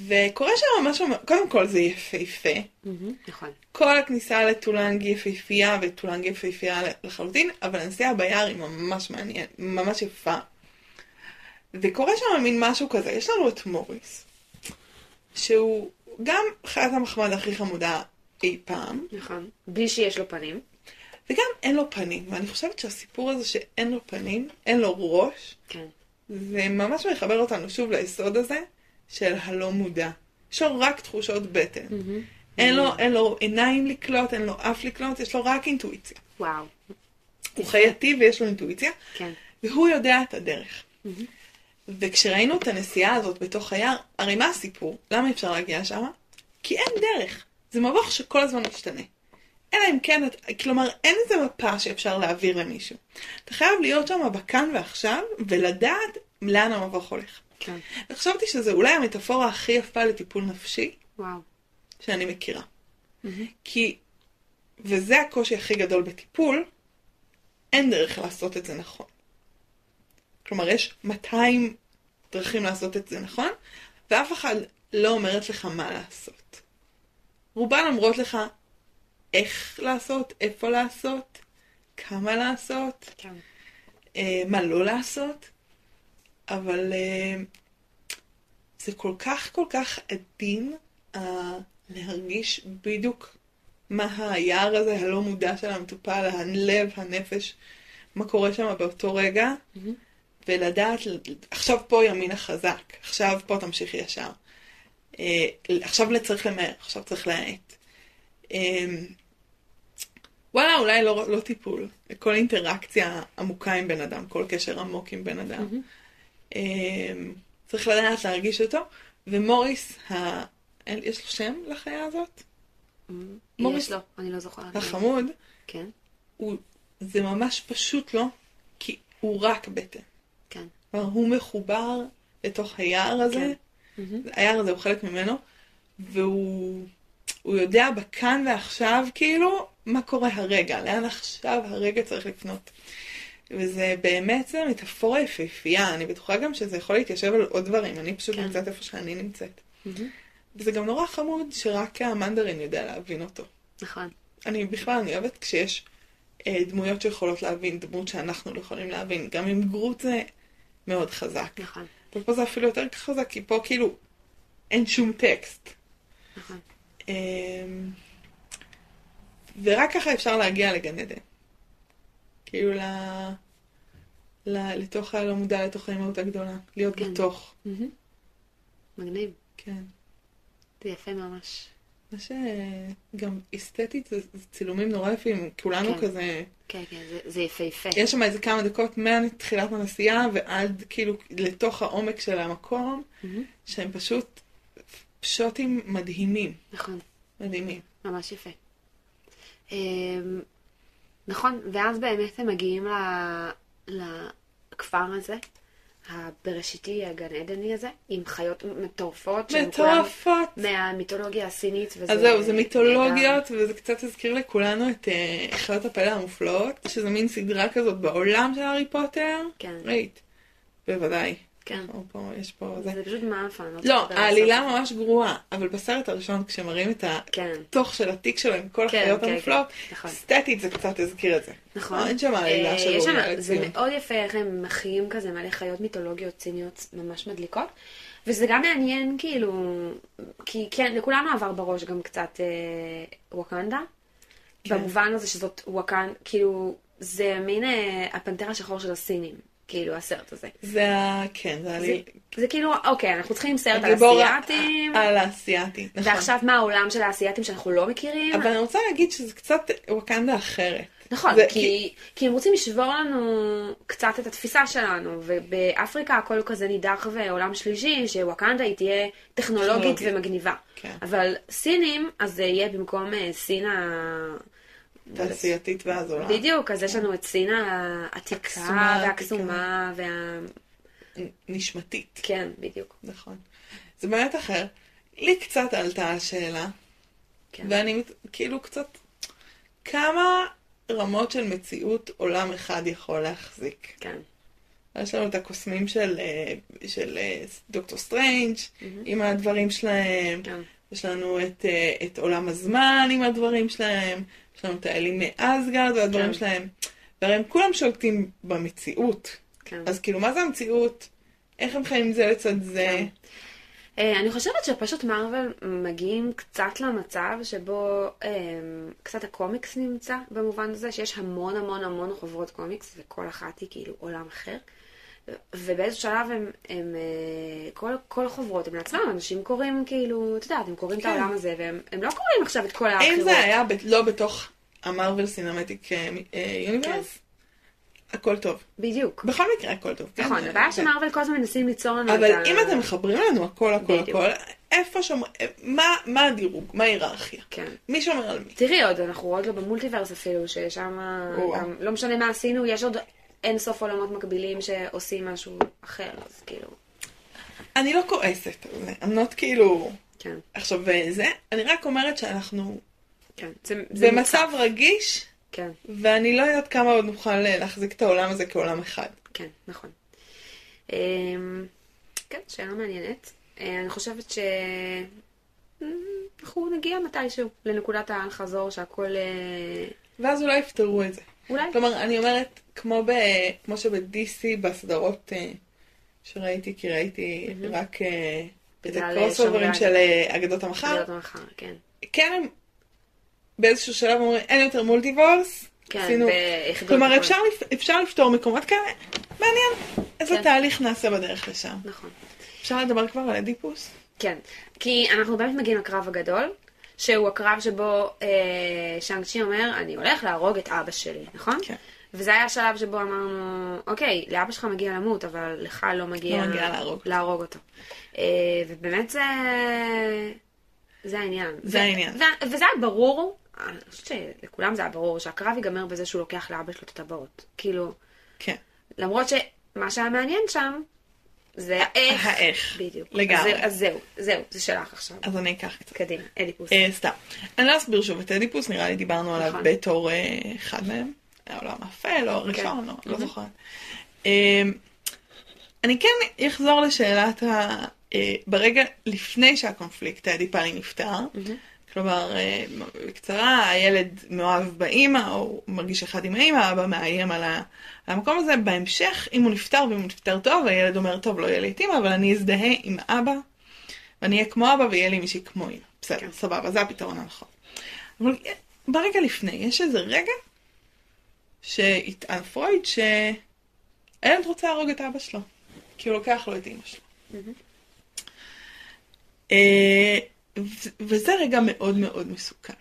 [SPEAKER 1] וקורה שם משהו, קודם כל זה יפהפה.
[SPEAKER 2] מהמם, נכון.
[SPEAKER 1] כל הכניסה לטולנג יפהפייה, וטולנג יפהפייה לחלוטין, אבל הנסיעה ביער היא ממש מעניינת, ממש יפה. וקורה שם מין משהו כזה, יש לנו את מוריס, שהוא גם חיית המחמד הכי חמודה אי פעם,
[SPEAKER 2] נכון. בלי שיש לו פנים.
[SPEAKER 1] וגם אין לו פנים, ואני חושבת שהסיפור הזה שאין לו פנים, אין לו ראש,
[SPEAKER 2] כן.
[SPEAKER 1] זה ממש מחבר אותנו שוב ליסוד הזה של הלא מודע. יש לו רק תחושות בטן. אין לו, אין לו עיניים לקלוט, אין לו אף לקלוט, יש לו רק אינטואיציה.
[SPEAKER 2] וואו.
[SPEAKER 1] הוא חייתי ויש לו אינטואיציה,
[SPEAKER 2] כן.
[SPEAKER 1] והוא יודע את הדרך. וכשראינו את הנסיעה הזאת בתוך היער, הרי מה הסיפור? למה אי אפשר להגיע לשם? כי אין דרך. זה מבוך שכל הזמן משתנה. אלא אם כן, את, כלומר, אין איזה מפה שאפשר להעביר למישהו. אתה חייב להיות שם בכאן ועכשיו, ולדעת לאן המבוך הולך.
[SPEAKER 2] כן.
[SPEAKER 1] חשבתי שזה אולי המטאפורה הכי יפה לטיפול נפשי
[SPEAKER 2] וואו.
[SPEAKER 1] שאני מכירה. כי, וזה הקושי הכי גדול בטיפול, אין דרך לעשות את זה נכון. כלומר, יש 200 דרכים לעשות את זה נכון, ואף אחד לא אומרת לך מה לעשות. רובן אומרות לך איך לעשות, איפה לעשות, כמה לעשות,
[SPEAKER 2] כן.
[SPEAKER 1] אה, מה לא לעשות, אבל אה, זה כל כך כל כך עדין אה, להרגיש בדיוק מה היער הזה, הלא מודע של המטופל, הלב, הנפש, מה קורה שם באותו רגע, ולדעת, עכשיו פה ימינה חזק, עכשיו פה תמשיכי ישר, אה, עכשיו צריך למהר, עכשיו צריך להאט. אה, וואלה, אולי לא, לא טיפול. כל אינטראקציה עמוקה עם בן אדם, כל קשר עמוק עם בן
[SPEAKER 2] אה,
[SPEAKER 1] אדם. אמ, צריך לדעת להרגיש אותו. ומוריס, ה... אין- יש לו שם לחיה הזאת? מוריס. נכון.
[SPEAKER 2] יש לו, אני לא זוכרת.
[SPEAKER 1] החמוד,
[SPEAKER 2] כן.
[SPEAKER 1] הוא... זה ממש פשוט לו, כי הוא רק בטן.
[SPEAKER 2] כן.
[SPEAKER 1] כלומר, הוא מחובר לתוך היער הזה. היער הזה הוא חלק ממנו, והוא הוא יודע בכאן ועכשיו, כאילו, מה קורה הרגע, לאן עכשיו הרגע צריך לפנות. וזה באמת, זה מטאפורה יפהפייה, אני בטוחה גם שזה יכול להתיישב על עוד דברים, אני פשוט
[SPEAKER 2] כן.
[SPEAKER 1] נמצאת איפה שאני נמצאת.
[SPEAKER 2] מהמם.
[SPEAKER 1] וזה גם נורא חמוד שרק המנדרין יודע להבין אותו.
[SPEAKER 2] נכון.
[SPEAKER 1] אני בכלל, אני אוהבת כשיש אה, דמויות שיכולות להבין, דמות שאנחנו לא יכולים להבין, גם אם גרוט זה מאוד חזק.
[SPEAKER 2] נכון.
[SPEAKER 1] אבל פה זה אפילו יותר חזק, כי פה כאילו אין שום טקסט.
[SPEAKER 2] נכון.
[SPEAKER 1] אמ, ורק ככה אפשר להגיע לגן עדן. כאילו ל... ל... לתוך הלא מודע, לתוך האימהות הגדולה. להיות
[SPEAKER 2] כן.
[SPEAKER 1] בתוך.
[SPEAKER 2] מהמם. מגניב.
[SPEAKER 1] כן.
[SPEAKER 2] זה יפה ממש.
[SPEAKER 1] מה שגם אסתטית זה, זה צילומים נורא יפים, כולנו
[SPEAKER 2] כן.
[SPEAKER 1] כזה,
[SPEAKER 2] כן, כן, זה- זה יפהפה.
[SPEAKER 1] יש שם איזה כמה דקות מתחילת הנסיעה ועד כאילו לתוך העומק של המקום,
[SPEAKER 2] מהמם.
[SPEAKER 1] שהם פשוט שוטים מדהימים,
[SPEAKER 2] נכון.
[SPEAKER 1] מדהימים.
[SPEAKER 2] ממש יפה. אמ, נכון, ואז באמת הם מגיעים ל- לכפר הזה, הבראשיתי, הגן עדני הזה, עם חיות מטורפות. שהם כולם
[SPEAKER 1] מטורפות.
[SPEAKER 2] מהמיתולוגיה הסינית, וזה...
[SPEAKER 1] אז זהו, זה מיתולוגיות, וזה קצת הזכיר לכולנו את אה, חיות הפלא המופלאות, שזה מין סדרה כזאת בעולם של הארי פוטר.
[SPEAKER 2] כן.
[SPEAKER 1] ראית. בוודאי.
[SPEAKER 2] כן.
[SPEAKER 1] או פה, יש פה זה.
[SPEAKER 2] זה פשוט מאפן.
[SPEAKER 1] אוקיי. לא, העלילה ממש גרועה, אבל בסרט הראשון כשמראים את
[SPEAKER 2] כן.
[SPEAKER 1] התוך של התיק שלו עם כל
[SPEAKER 2] כן,
[SPEAKER 1] החיות
[SPEAKER 2] כן,
[SPEAKER 1] המופלאות,
[SPEAKER 2] כן, נכון.
[SPEAKER 1] סטטית זה קצת הזכיר את זה.
[SPEAKER 2] נכון.
[SPEAKER 1] לא, אין שם עלילה
[SPEAKER 2] אה,
[SPEAKER 1] של
[SPEAKER 2] יש שם-
[SPEAKER 1] ראויה
[SPEAKER 2] זה
[SPEAKER 1] לציון.
[SPEAKER 2] מאוד יפה איך הם מחיים כזה מלא חיות מיתולוגיות ציניות ממש מדליקות. וזה גם מעניין כאילו, כי כן, לכולנו עבר בראש גם קצת אה, ווקנדה.
[SPEAKER 1] כן.
[SPEAKER 2] במובן הזה שזאת וואקן, כאילו, זה מין אה, הפנתר השחור של הסינים, כאילו, הסרט הזה.
[SPEAKER 1] זה ה... כן, זה היה
[SPEAKER 2] זה,
[SPEAKER 1] לי...
[SPEAKER 2] זה כאילו, אוקיי, אנחנו צריכים סרט על
[SPEAKER 1] הגיבור ה- אה,
[SPEAKER 2] אסיאתים,
[SPEAKER 1] על האסייתי, נכון.
[SPEAKER 2] ועכשיו מה העולם של האסייתים שאנחנו לא מכירים?
[SPEAKER 1] אבל אני רוצה להגיד שזה קצת וואקנדה אחרת.
[SPEAKER 2] נכון,
[SPEAKER 1] זה-
[SPEAKER 2] כי, כי הם רוצים לשבור לנו קצת את התפיסה שלנו, ובאפריקה הכל כזה נידח ועולם שלישי, שוואקנדה היא תהיה טכנולוגית
[SPEAKER 1] טכנולוגית.
[SPEAKER 2] ומגניבה.
[SPEAKER 1] כן.
[SPEAKER 2] אבל סינים, אז זה יהיה במקום אה, סין ה...
[SPEAKER 1] תעשייתית ואז עולה.
[SPEAKER 2] בדיוק, אז יש לנו את סין העתיקה
[SPEAKER 1] הקסומה, כן.
[SPEAKER 2] והקסומה, וה...
[SPEAKER 1] נשמתית.
[SPEAKER 2] כן, בדיוק.
[SPEAKER 1] נכון. זה באמת אחר. לי קצת עלתה השאלה,
[SPEAKER 2] כן.
[SPEAKER 1] ואני מת- כאילו קצת... כמה רמות של מציאות עולם אחד יכול להחזיק?
[SPEAKER 2] כן.
[SPEAKER 1] יש לנו את הקוסמים של, אה, של אה, דוקטור סטרנג' עם הדברים שלהם,
[SPEAKER 2] כן.
[SPEAKER 1] יש לנו את, אה, את עולם הזמן עם הדברים שלהם, יש לנו את האלים מאסגרד והדברים
[SPEAKER 2] כן.
[SPEAKER 1] שלהם. והרי הם כולם שולטים במציאות.
[SPEAKER 2] כן.
[SPEAKER 1] אז כאילו, מה זה המציאות? איך הם חיים זה לצד זה?
[SPEAKER 2] כן. אה, אני חושבת שפשוט מארוול מגיעים קצת למצב שבו אה, קצת הקומיקס נמצא במובן הזה שיש המון המון המון חוברות קומיקס וכל אחת היא כאילו עולם אחר. ובאיזשהו שלב הם, הם אה, כל, כל החוברות הם לעצמם, אנשים קוראים כאילו, את יודעת, הם קוראים את
[SPEAKER 1] כן.
[SPEAKER 2] העולם הזה והם הם לא קוראים עכשיו את כל האחרות.
[SPEAKER 1] אם זה היה ב- לא בתוך המרוויל סינמטיק אה, יוניברס, הכל טוב.
[SPEAKER 2] בדיוק.
[SPEAKER 1] בכל מקרה הכל טוב. כן?
[SPEAKER 2] כן. נכון,
[SPEAKER 1] אה,
[SPEAKER 2] הבעיה
[SPEAKER 1] כן.
[SPEAKER 2] שמארוול כל הזמן מנסים ליצור לנו את
[SPEAKER 1] אבל אם אתם מחברים לנו הכל הכל
[SPEAKER 2] בדיוק.
[SPEAKER 1] הכל, איפה שומר... מה- מה הדירוג? מה ההיררכיה?
[SPEAKER 2] כן.
[SPEAKER 1] מי שומר על מי?
[SPEAKER 2] תראי עוד, אנחנו עוד לא במולטיברס אפילו, ששם
[SPEAKER 1] וואו.
[SPEAKER 2] גם, לא משנה מה עשינו, יש עוד אין סוף עולמות מקבילים שעושים משהו אחר, אז כאילו,
[SPEAKER 1] אני לא כועסת על זה. I'm not כאילו...
[SPEAKER 2] כן,
[SPEAKER 1] עכשיו אה, זה, אני רק אומרת שאנחנו
[SPEAKER 2] כן. זה, זה
[SPEAKER 1] במצב רגיש,
[SPEAKER 2] כן,
[SPEAKER 1] ואני לא יודעת כמה עוד נוכל אה, להחזיק את העולם הזה כעולם אחד.
[SPEAKER 2] כן, נכון. אמ, כן, שאלה מעניינת. אה, אני חושבת ש... אמ, אנחנו נגיע מתישהו לנקודת האל-חזור שהכל... אה,
[SPEAKER 1] ואז אולי יפתרו את זה.
[SPEAKER 2] אולי?
[SPEAKER 1] כלומר, אני אומרת, כמו, ב, כמו שב-DC, בסדרות אה, שראיתי, כי ראיתי
[SPEAKER 2] מהמם.
[SPEAKER 1] רק אה, את
[SPEAKER 2] בגלל, אה, שמגר.
[SPEAKER 1] הקרוסוברים של אה, אגדות המחר,
[SPEAKER 2] להיות מחר, כן.
[SPEAKER 1] כן הם באיזשהו שלב אומרים, אין יותר מולטיברס,
[SPEAKER 2] כן,
[SPEAKER 1] עשינו...
[SPEAKER 2] ביחידות
[SPEAKER 1] כלומר,
[SPEAKER 2] הכל.
[SPEAKER 1] אפשר, לפ- אפשר לפתור מקומות כאלה, מעניין. איזה
[SPEAKER 2] כן.
[SPEAKER 1] תהליך נעשה בדרך לשם.
[SPEAKER 2] נכון.
[SPEAKER 1] אפשר לדבר כבר על אדיפוס?
[SPEAKER 2] כן, כי אנחנו באמת מגיעים לקרב הגדול, שהוא הקרב שבו אה, שאנג צ'י אומר, אני הולך להרוג את אבא שלי, נכון?
[SPEAKER 1] כן.
[SPEAKER 2] וזה היה השלב שבו אמרנו, אוקיי, לאבא שלך מגיע למות, אבל לך לא מגיע,
[SPEAKER 1] לא מגיע להרוג אותו."
[SPEAKER 2] להרוג אותו. אה, ובאמת זה... זה העניין.
[SPEAKER 1] זה העניין.
[SPEAKER 2] ו- וזה היה ברור, אני חושבת שלכולם זה היה ברור, שהקרב ייגמר בזה שהוא לוקח לאבא שלו את הטבעות. כאילו,
[SPEAKER 1] כן.
[SPEAKER 2] למרות שמה שהיה מעניין שם, זה האיך.
[SPEAKER 1] האיך.
[SPEAKER 2] בדיוק. אז,
[SPEAKER 1] לגמרי.
[SPEAKER 2] זה- אז זהו, זהו, זה שלך עכשיו.
[SPEAKER 1] אז אני אקח קצת.
[SPEAKER 2] קדימה, אדיפוס.
[SPEAKER 1] אה, סתם. אני לא אסביר שוב את אדיפוס, נראה לי דיברנו עליו
[SPEAKER 2] נכון.
[SPEAKER 1] בתור אה, אחד מהם. העולם האפל, או הראשון, או לא
[SPEAKER 2] כן, מהמם.
[SPEAKER 1] זוכרת. אה, אני כן אחזור לשאלת ה... אה, ברגע לפני שהקונפליקט האדיפלי נפתר, כלומר, אה, בקצרה, הילד מאוהב באימא, או מרגיש אחד עם האימא, האבא מאיים על ה- על המקום הזה. בהמשך, אם הוא נפטר, ואם הוא נפטר טוב, הילד אומר, טוב, לא יהיה לי את אימא, אבל אני אזדהה עם אבא, ואני אהיה כמו אבא, ויהיה לי מישהי כמו אימא. בסדר,
[SPEAKER 2] כן.
[SPEAKER 1] סבבה, זה הפתרון הנכון. אבל אה, ברגע לפני, יש איזה רגע שיטען פרויד שהילד רוצה להרוג את אבא שלו, כי הוא לוקח לו את אימא שלו. אה, ו- וזה רגע מאוד מאוד מסוכן,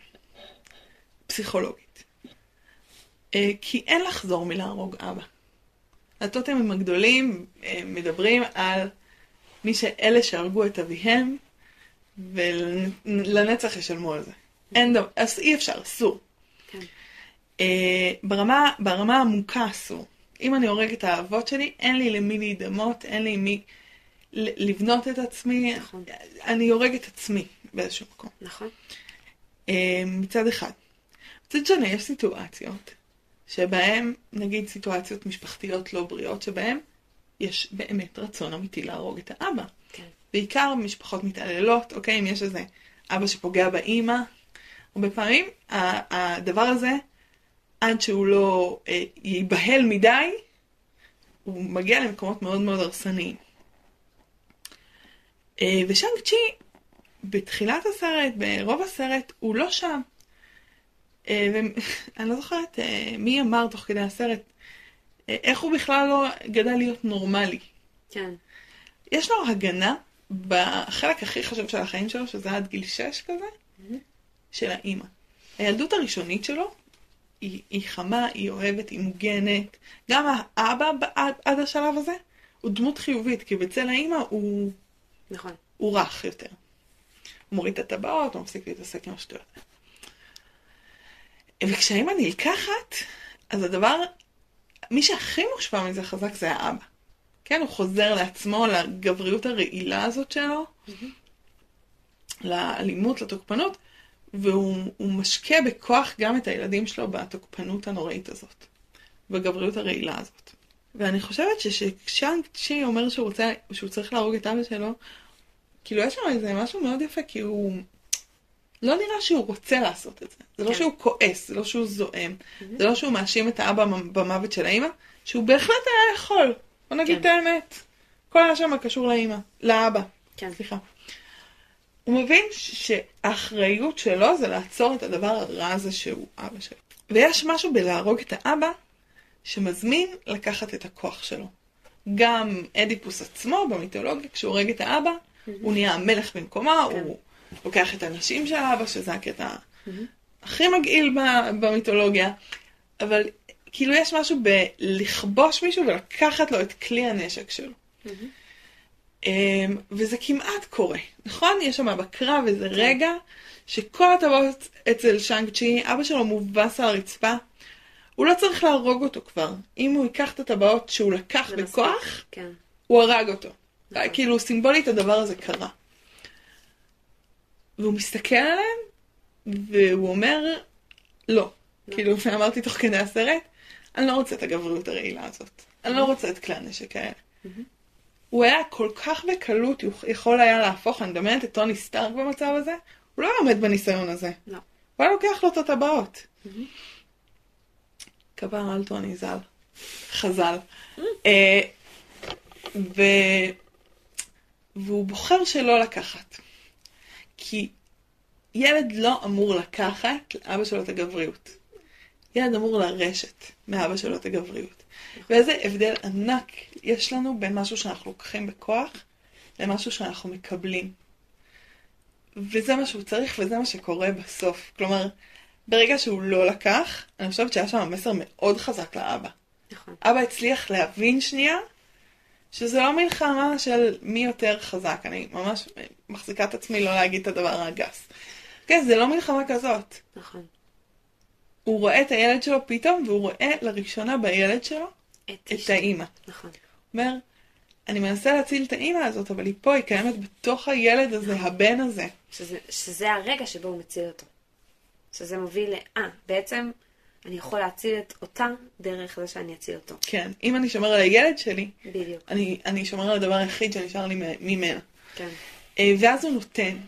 [SPEAKER 1] פסיכולוגית. אה, כי אין לחזור מלהרוג אבא. הטוטמים הגדולים אה, מדברים על מי שאלה שהרגו את אביהם, ולנצח ישלמו על זה. אין דבר, אז אי אפשר, אסור.
[SPEAKER 2] כן.
[SPEAKER 1] אה, ברמה, ברמה העמוקה אסור. אם אני הורג את האבות שלי, אין לי למי להידמות, אין לי מי ל- לבנות את עצמי.
[SPEAKER 2] נכון.
[SPEAKER 1] אני הורג את עצמי באיזשהו מקום.
[SPEAKER 2] נכון?
[SPEAKER 1] אה, מצד אחד. מצד שני, יש סיטואציות שבהן, נגיד סיטואציות משפחתיות לא בריאות, שבהן יש באמת רצון אמיתי להרוג את האבא.
[SPEAKER 2] כן.
[SPEAKER 1] בעיקר משפחות מתעללות, אוקיי? אם יש איזה אבא שפוגע באימא, הרבה פעמים ה- הדבר הזה, עד שהוא לא אה, ייבהל מדי, הוא מגיע למקומות מאוד מאוד הרסניים. אה, ושאנג צ'י, בתחילת הסרט, ברוב הסרט, הוא לא שם. אה, אה, ואני לא זוכרת אה, מי אמר תוך כדי הסרט, אה, איך הוא בכלל לא גדל להיות נורמלי.
[SPEAKER 2] כן.
[SPEAKER 1] יש לו הגנה בחלק הכי חשוב של החיים שלו, שזה עד גיל 6 כזה, של האימא. הילדות הראשונית שלו היא, היא חמה, היא אוהבת, היא מוגנת. גם האבא ב- עד, עד השלב הזה הוא דמות חיובית, כי בצל האימא הוא,
[SPEAKER 2] נכון.
[SPEAKER 1] הוא רך יותר. הוא מוריד את הטבעות, הוא מפסיק להתעסק עם השטויות. וכשהאימא נלקחת, אז הדבר, מי שהכי מושפע מזה חזק זה האבא. כן, הוא חוזר לעצמו, לגבריות הרעילה הזאת שלו, לאלימות, לתוקפנות, והוא הוא משקה בכוח גם את הילדים שלו בתוקפנות הנוראית הזאת, בגבריות הרעילה הזאת. ואני חושבת שכשצ'אנג צ'י אומר שהוא, רוצה, שהוא צריך להרוג את אבא שלו, כאילו יש שם איזה משהו מאוד יפה, כי הוא... לא נראה שהוא רוצה לעשות את זה. זה לא
[SPEAKER 2] כן. Mm-hmm.
[SPEAKER 1] שהוא כועס, זה לא שהוא זועם, זה לא שהוא מאשים את האבא במוות של האימא, שהוא בהחלט היה יכול. בוא נגיד
[SPEAKER 2] כן.
[SPEAKER 1] את האמת. כל השם קשור לאימא, לאבא.
[SPEAKER 2] כן.
[SPEAKER 1] סליחה. הוא מבין ש- שהאחריות שלו זה לעצור את הדבר הרע הזה שהוא אבא שלו. ויש משהו בלהרוג את האבא שמזמין לקחת את הכוח שלו. גם אדיפוס עצמו במיתולוגיה, כשהוא הורג את האבא, הוא נהיה המלך במקומה,
[SPEAKER 2] כן.
[SPEAKER 1] הוא לוקח את הנשים של האבא, שזה הקטע הכי מגעיל ב- במיתולוגיה, אבל כאילו יש משהו בלכבוש מישהו ולקחת לו את כלי הנשק שלו.
[SPEAKER 2] Mm-hmm.
[SPEAKER 1] אמ, וזה כמעט קורה, נכון? יש שם בקרב איזה
[SPEAKER 2] כן.
[SPEAKER 1] רגע שכל הטבעות אצל שאנג צ'י, אבא שלו מובס על הרצפה. הוא לא צריך להרוג אותו כבר. אם הוא ייקח את הטבעות שהוא לקח
[SPEAKER 2] זה מספיק.
[SPEAKER 1] בכוח,
[SPEAKER 2] כן.
[SPEAKER 1] הוא הרג אותו.
[SPEAKER 2] נכון.
[SPEAKER 1] כאילו סימבולית הדבר הזה קרה. והוא מסתכל עליהם, והוא אומר, לא.
[SPEAKER 2] לא.
[SPEAKER 1] כאילו, ואמרתי תוך כדי הסרט, אני לא רוצה את הגבריות הרעילה הזאת. אני לא רוצה את כלי הנשק האלה. הוא היה כל כך בקלות יוכ- יכול היה להפוך, אני מדמיינת את טוני סטארק במצב הזה, הוא לא היה עומד בניסיון הזה.
[SPEAKER 2] לא.
[SPEAKER 1] הוא היה לוקח לו את הטבעות. כפר על טוני ז"ל. חז"ל. אה, ו... והוא בוחר שלא לקחת. כי ילד לא אמור לקחת לאבא שלו את הגבריות. ילד אמור לרשת מאבא שלו את הגבריות. ואיזה הבדל ענק יש לנו בין משהו שאנחנו לוקחים בכוח למשהו שאנחנו מקבלים. וזה מה שהוא צריך וזה מה שקורה בסוף. כלומר, ברגע שהוא לא לקח, אני חושבת שהיה שם מסר מאוד חזק לאבא.
[SPEAKER 2] נכון.
[SPEAKER 1] אבא הצליח להבין שנייה שזה לא מלחמה של מי יותר חזק. אני ממש מחזיקה את עצמי לא להגיד את הדבר הגס. כן, זה לא מלחמה כזאת.
[SPEAKER 2] נכון.
[SPEAKER 1] הוא רואה את הילד שלו פתאום, והוא רואה לראשונה בילד שלו
[SPEAKER 2] את
[SPEAKER 1] את
[SPEAKER 2] אשתי.
[SPEAKER 1] האימא.
[SPEAKER 2] נכון.
[SPEAKER 1] אומר, אני מנסה להציל את האימא הזאת, אבל היא פה, היא קיימת בתוך הילד הזה, הבן הזה.
[SPEAKER 2] שזה, שזה הרגע שבו הוא מציל אותו. שזה מוביל ל... אה, בעצם אני יכול להציל את אותה דרך זה שאני אציל אותו.
[SPEAKER 1] כן, אם אני שומר על הילד שלי,
[SPEAKER 2] בדיוק.
[SPEAKER 1] אני, אני שומר על הדבר היחיד שנשאר לי מ- ממנה.
[SPEAKER 2] כן.
[SPEAKER 1] אה, ואז הוא נותן.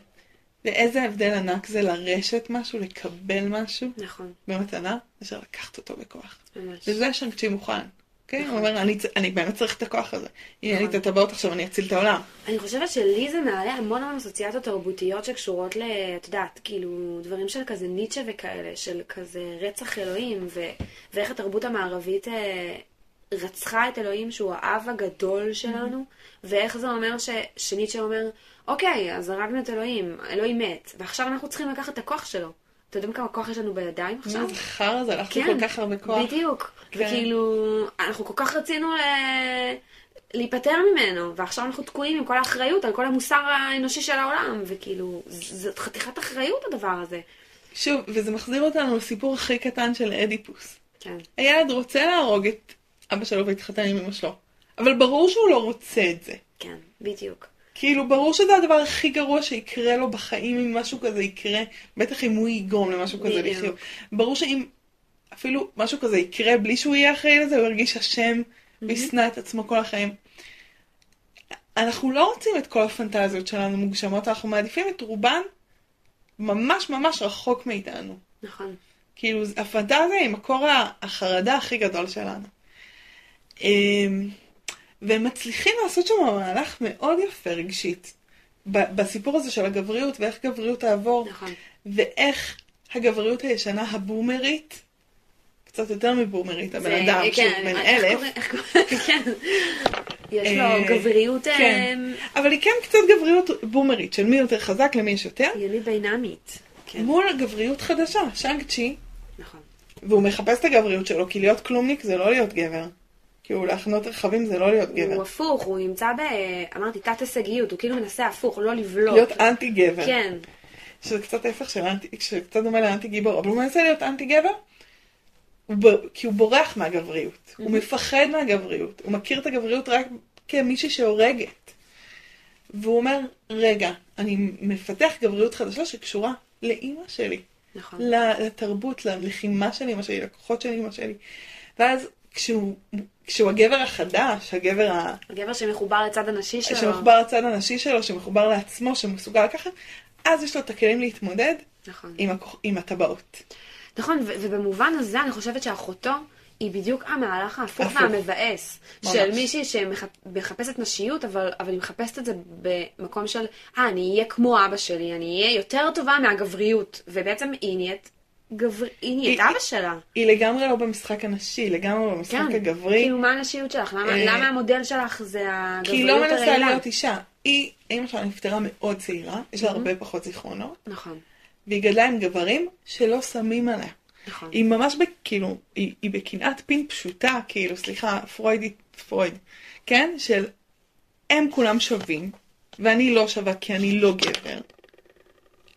[SPEAKER 1] ואיזה הבדל ענק זה לרשת משהו, לקבל משהו
[SPEAKER 2] נכון.
[SPEAKER 1] במתנה, מאשר לקחת אותו בכוח.
[SPEAKER 2] ממש.
[SPEAKER 1] וזה שנקצ'י מוכן. כן? הוא
[SPEAKER 2] נכון.
[SPEAKER 1] אומר, "אני צ- אני באמת צריך את הכוח הזה. הנה, אני את
[SPEAKER 2] נכון.
[SPEAKER 1] הטבעות עכשיו, אני אציל את העולם.
[SPEAKER 2] אני חושבת שלי זה מעלה המון המון אסוציאציות תרבותיות שקשורות ל... את יודעת, כאילו, דברים של כזה ניטשה וכאלה, של כזה רצח אלוהים, ו... ואיך התרבות המערבית אה, רצחה את אלוהים, שהוא האב הגדול שלנו, ואיך זה אומר ש... שניטשה אומר, אוקיי, אז הרגנו את אלוהים, אלוהים מת, ועכשיו אנחנו צריכים לקחת את הכוח שלו. אתה יודעים כמה כוח יש לנו בידיים עכשיו?
[SPEAKER 1] מה זה חרא הזה? הלכתי
[SPEAKER 2] כן,
[SPEAKER 1] כל כך הרבה כוח.
[SPEAKER 2] בדיוק.
[SPEAKER 1] כן.
[SPEAKER 2] וכאילו, אנחנו כל כך רצינו אה, להיפטר ממנו, ועכשיו אנחנו תקועים עם כל האחריות על כל המוסר האנושי של העולם, וכאילו, ז- זאת חתיכת אחריות הדבר הזה.
[SPEAKER 1] שוב, וזה מחזיר אותנו לסיפור הכי קטן של אדיפוס.
[SPEAKER 2] כן,
[SPEAKER 1] הילד רוצה להרוג את אבא שלו והתחתן עם אמא שלו, אבל ברור שהוא לא רוצה את זה.
[SPEAKER 2] כן, בדיוק.
[SPEAKER 1] כאילו, ברור שזה הדבר הכי גרוע שיקרה לו בחיים אם משהו כזה יקרה, בטח אם הוא יגרום למשהו כזה
[SPEAKER 2] בדיוק.
[SPEAKER 1] לחיות. ברור שאם אפילו משהו כזה יקרה בלי שהוא יהיה אחראי לזה, הוא ירגיש אשם וישנא את עצמו כל החיים. אנחנו לא רוצים את כל הפנטזיות שלנו מוגשמות, אנחנו מעדיפים את רובן ממש ממש רחוק מאיתנו.
[SPEAKER 2] נכון.
[SPEAKER 1] כאילו, הפנטזיה היא מקור החרדה הכי גדול שלנו. אמ, והם מצליחים לעשות שם מהלך מאוד יפה רגשית, ב- בסיפור הזה של הגבריות, ואיך גבריות תעבור,
[SPEAKER 2] נכון.
[SPEAKER 1] ואיך הגבריות הישנה הבומרית, קצת יותר מבומרית, הבן
[SPEAKER 2] זה-
[SPEAKER 1] אדם, שהוא
[SPEAKER 2] כן,
[SPEAKER 1] בן
[SPEAKER 2] איך
[SPEAKER 1] אלף,
[SPEAKER 2] קורא- איך קורא- כן. יש
[SPEAKER 1] אה,
[SPEAKER 2] לו גבריות אה,
[SPEAKER 1] כן. אבל היא כן קצת גבריות בומרית, של מי יותר חזק למי יש יותר,
[SPEAKER 2] יונית דינמית. כן,
[SPEAKER 1] מול גבריות חדשה, שאנג צ'י,
[SPEAKER 2] נכון.
[SPEAKER 1] והוא מחפש את הגבריות שלו, כי להיות כלומניק זה לא להיות גבר. כאילו להחנות רכבים זה לא להיות גבר.
[SPEAKER 2] הוא הפוך, הוא נמצא ב... אמרתי, תת הישגיות, הוא כאילו מנסה הפוך, לא לבלוט.
[SPEAKER 1] להיות אנטי גבר.
[SPEAKER 2] כן,
[SPEAKER 1] שזה קצת ההפך של אנטי, שקצת דומה לאנטי גיבור, אבל הוא מנסה להיות אנטי גבר, הוא ב- כי הוא בורח מהגבריות, הוא מפחד מהגבריות, הוא מכיר את הגבריות רק כמישהי שהורגת. והוא אומר, רגע, אני מפתח גבריות חדשה שקשורה לאימא שלי,
[SPEAKER 2] נכון.
[SPEAKER 1] לא. לתרבות, ללחימה של אימא שלי, לכוחות של אימא שלי. ואז כשהוא, כשהוא הגבר החדש, הגבר ה...
[SPEAKER 2] הגבר שמחובר לצד הנשי שלו.
[SPEAKER 1] שמחובר לצד הנשי שלו, שמחובר לעצמו, שמסוגל לקחת, אז יש לו את הכלים להתמודד
[SPEAKER 2] נכון.
[SPEAKER 1] עם, הכוח, עם הטבעות.
[SPEAKER 2] נכון, ו- ובמובן הזה אני חושבת שאחותו היא בדיוק המהלך ההפוך
[SPEAKER 1] הפוך.
[SPEAKER 2] והמבאס.
[SPEAKER 1] ממש.
[SPEAKER 2] של מישהי שמחפשת נשיות, אבל, אבל היא מחפשת את זה במקום של, אה, אני אהיה כמו אבא שלי, אני אהיה יותר טובה מהגבריות. ובעצם היא נהיית גבר... היא נהיית
[SPEAKER 1] היא-
[SPEAKER 2] אבא שלה.
[SPEAKER 1] היא לגמרי לא במשחק הנשי, לגמרי לא במשחק
[SPEAKER 2] כן.
[SPEAKER 1] הגברי,
[SPEAKER 2] כאילו, מה הנשיות שלך? למה,
[SPEAKER 1] אה,
[SPEAKER 2] למה המודל שלך זה
[SPEAKER 1] כי היא
[SPEAKER 2] הגבריות
[SPEAKER 1] לא מנסה
[SPEAKER 2] הרעילה?
[SPEAKER 1] להיות אישה. היא, אימא שלה נפטרה מאוד צעירה, יש לה
[SPEAKER 2] Mm-hmm.
[SPEAKER 1] הרבה פחות זיכרונות,
[SPEAKER 2] נכון,
[SPEAKER 1] והיא גדלה עם גברים שלא שמים עליה.
[SPEAKER 2] נכון.
[SPEAKER 1] היא ממש, ב- כאילו, היא, היא בקנאת פין פשוטה, כאילו, סליחה, פרוידית, פרויד, כן? של הם כולם שווים, ואני לא שווה כי אני לא גבר,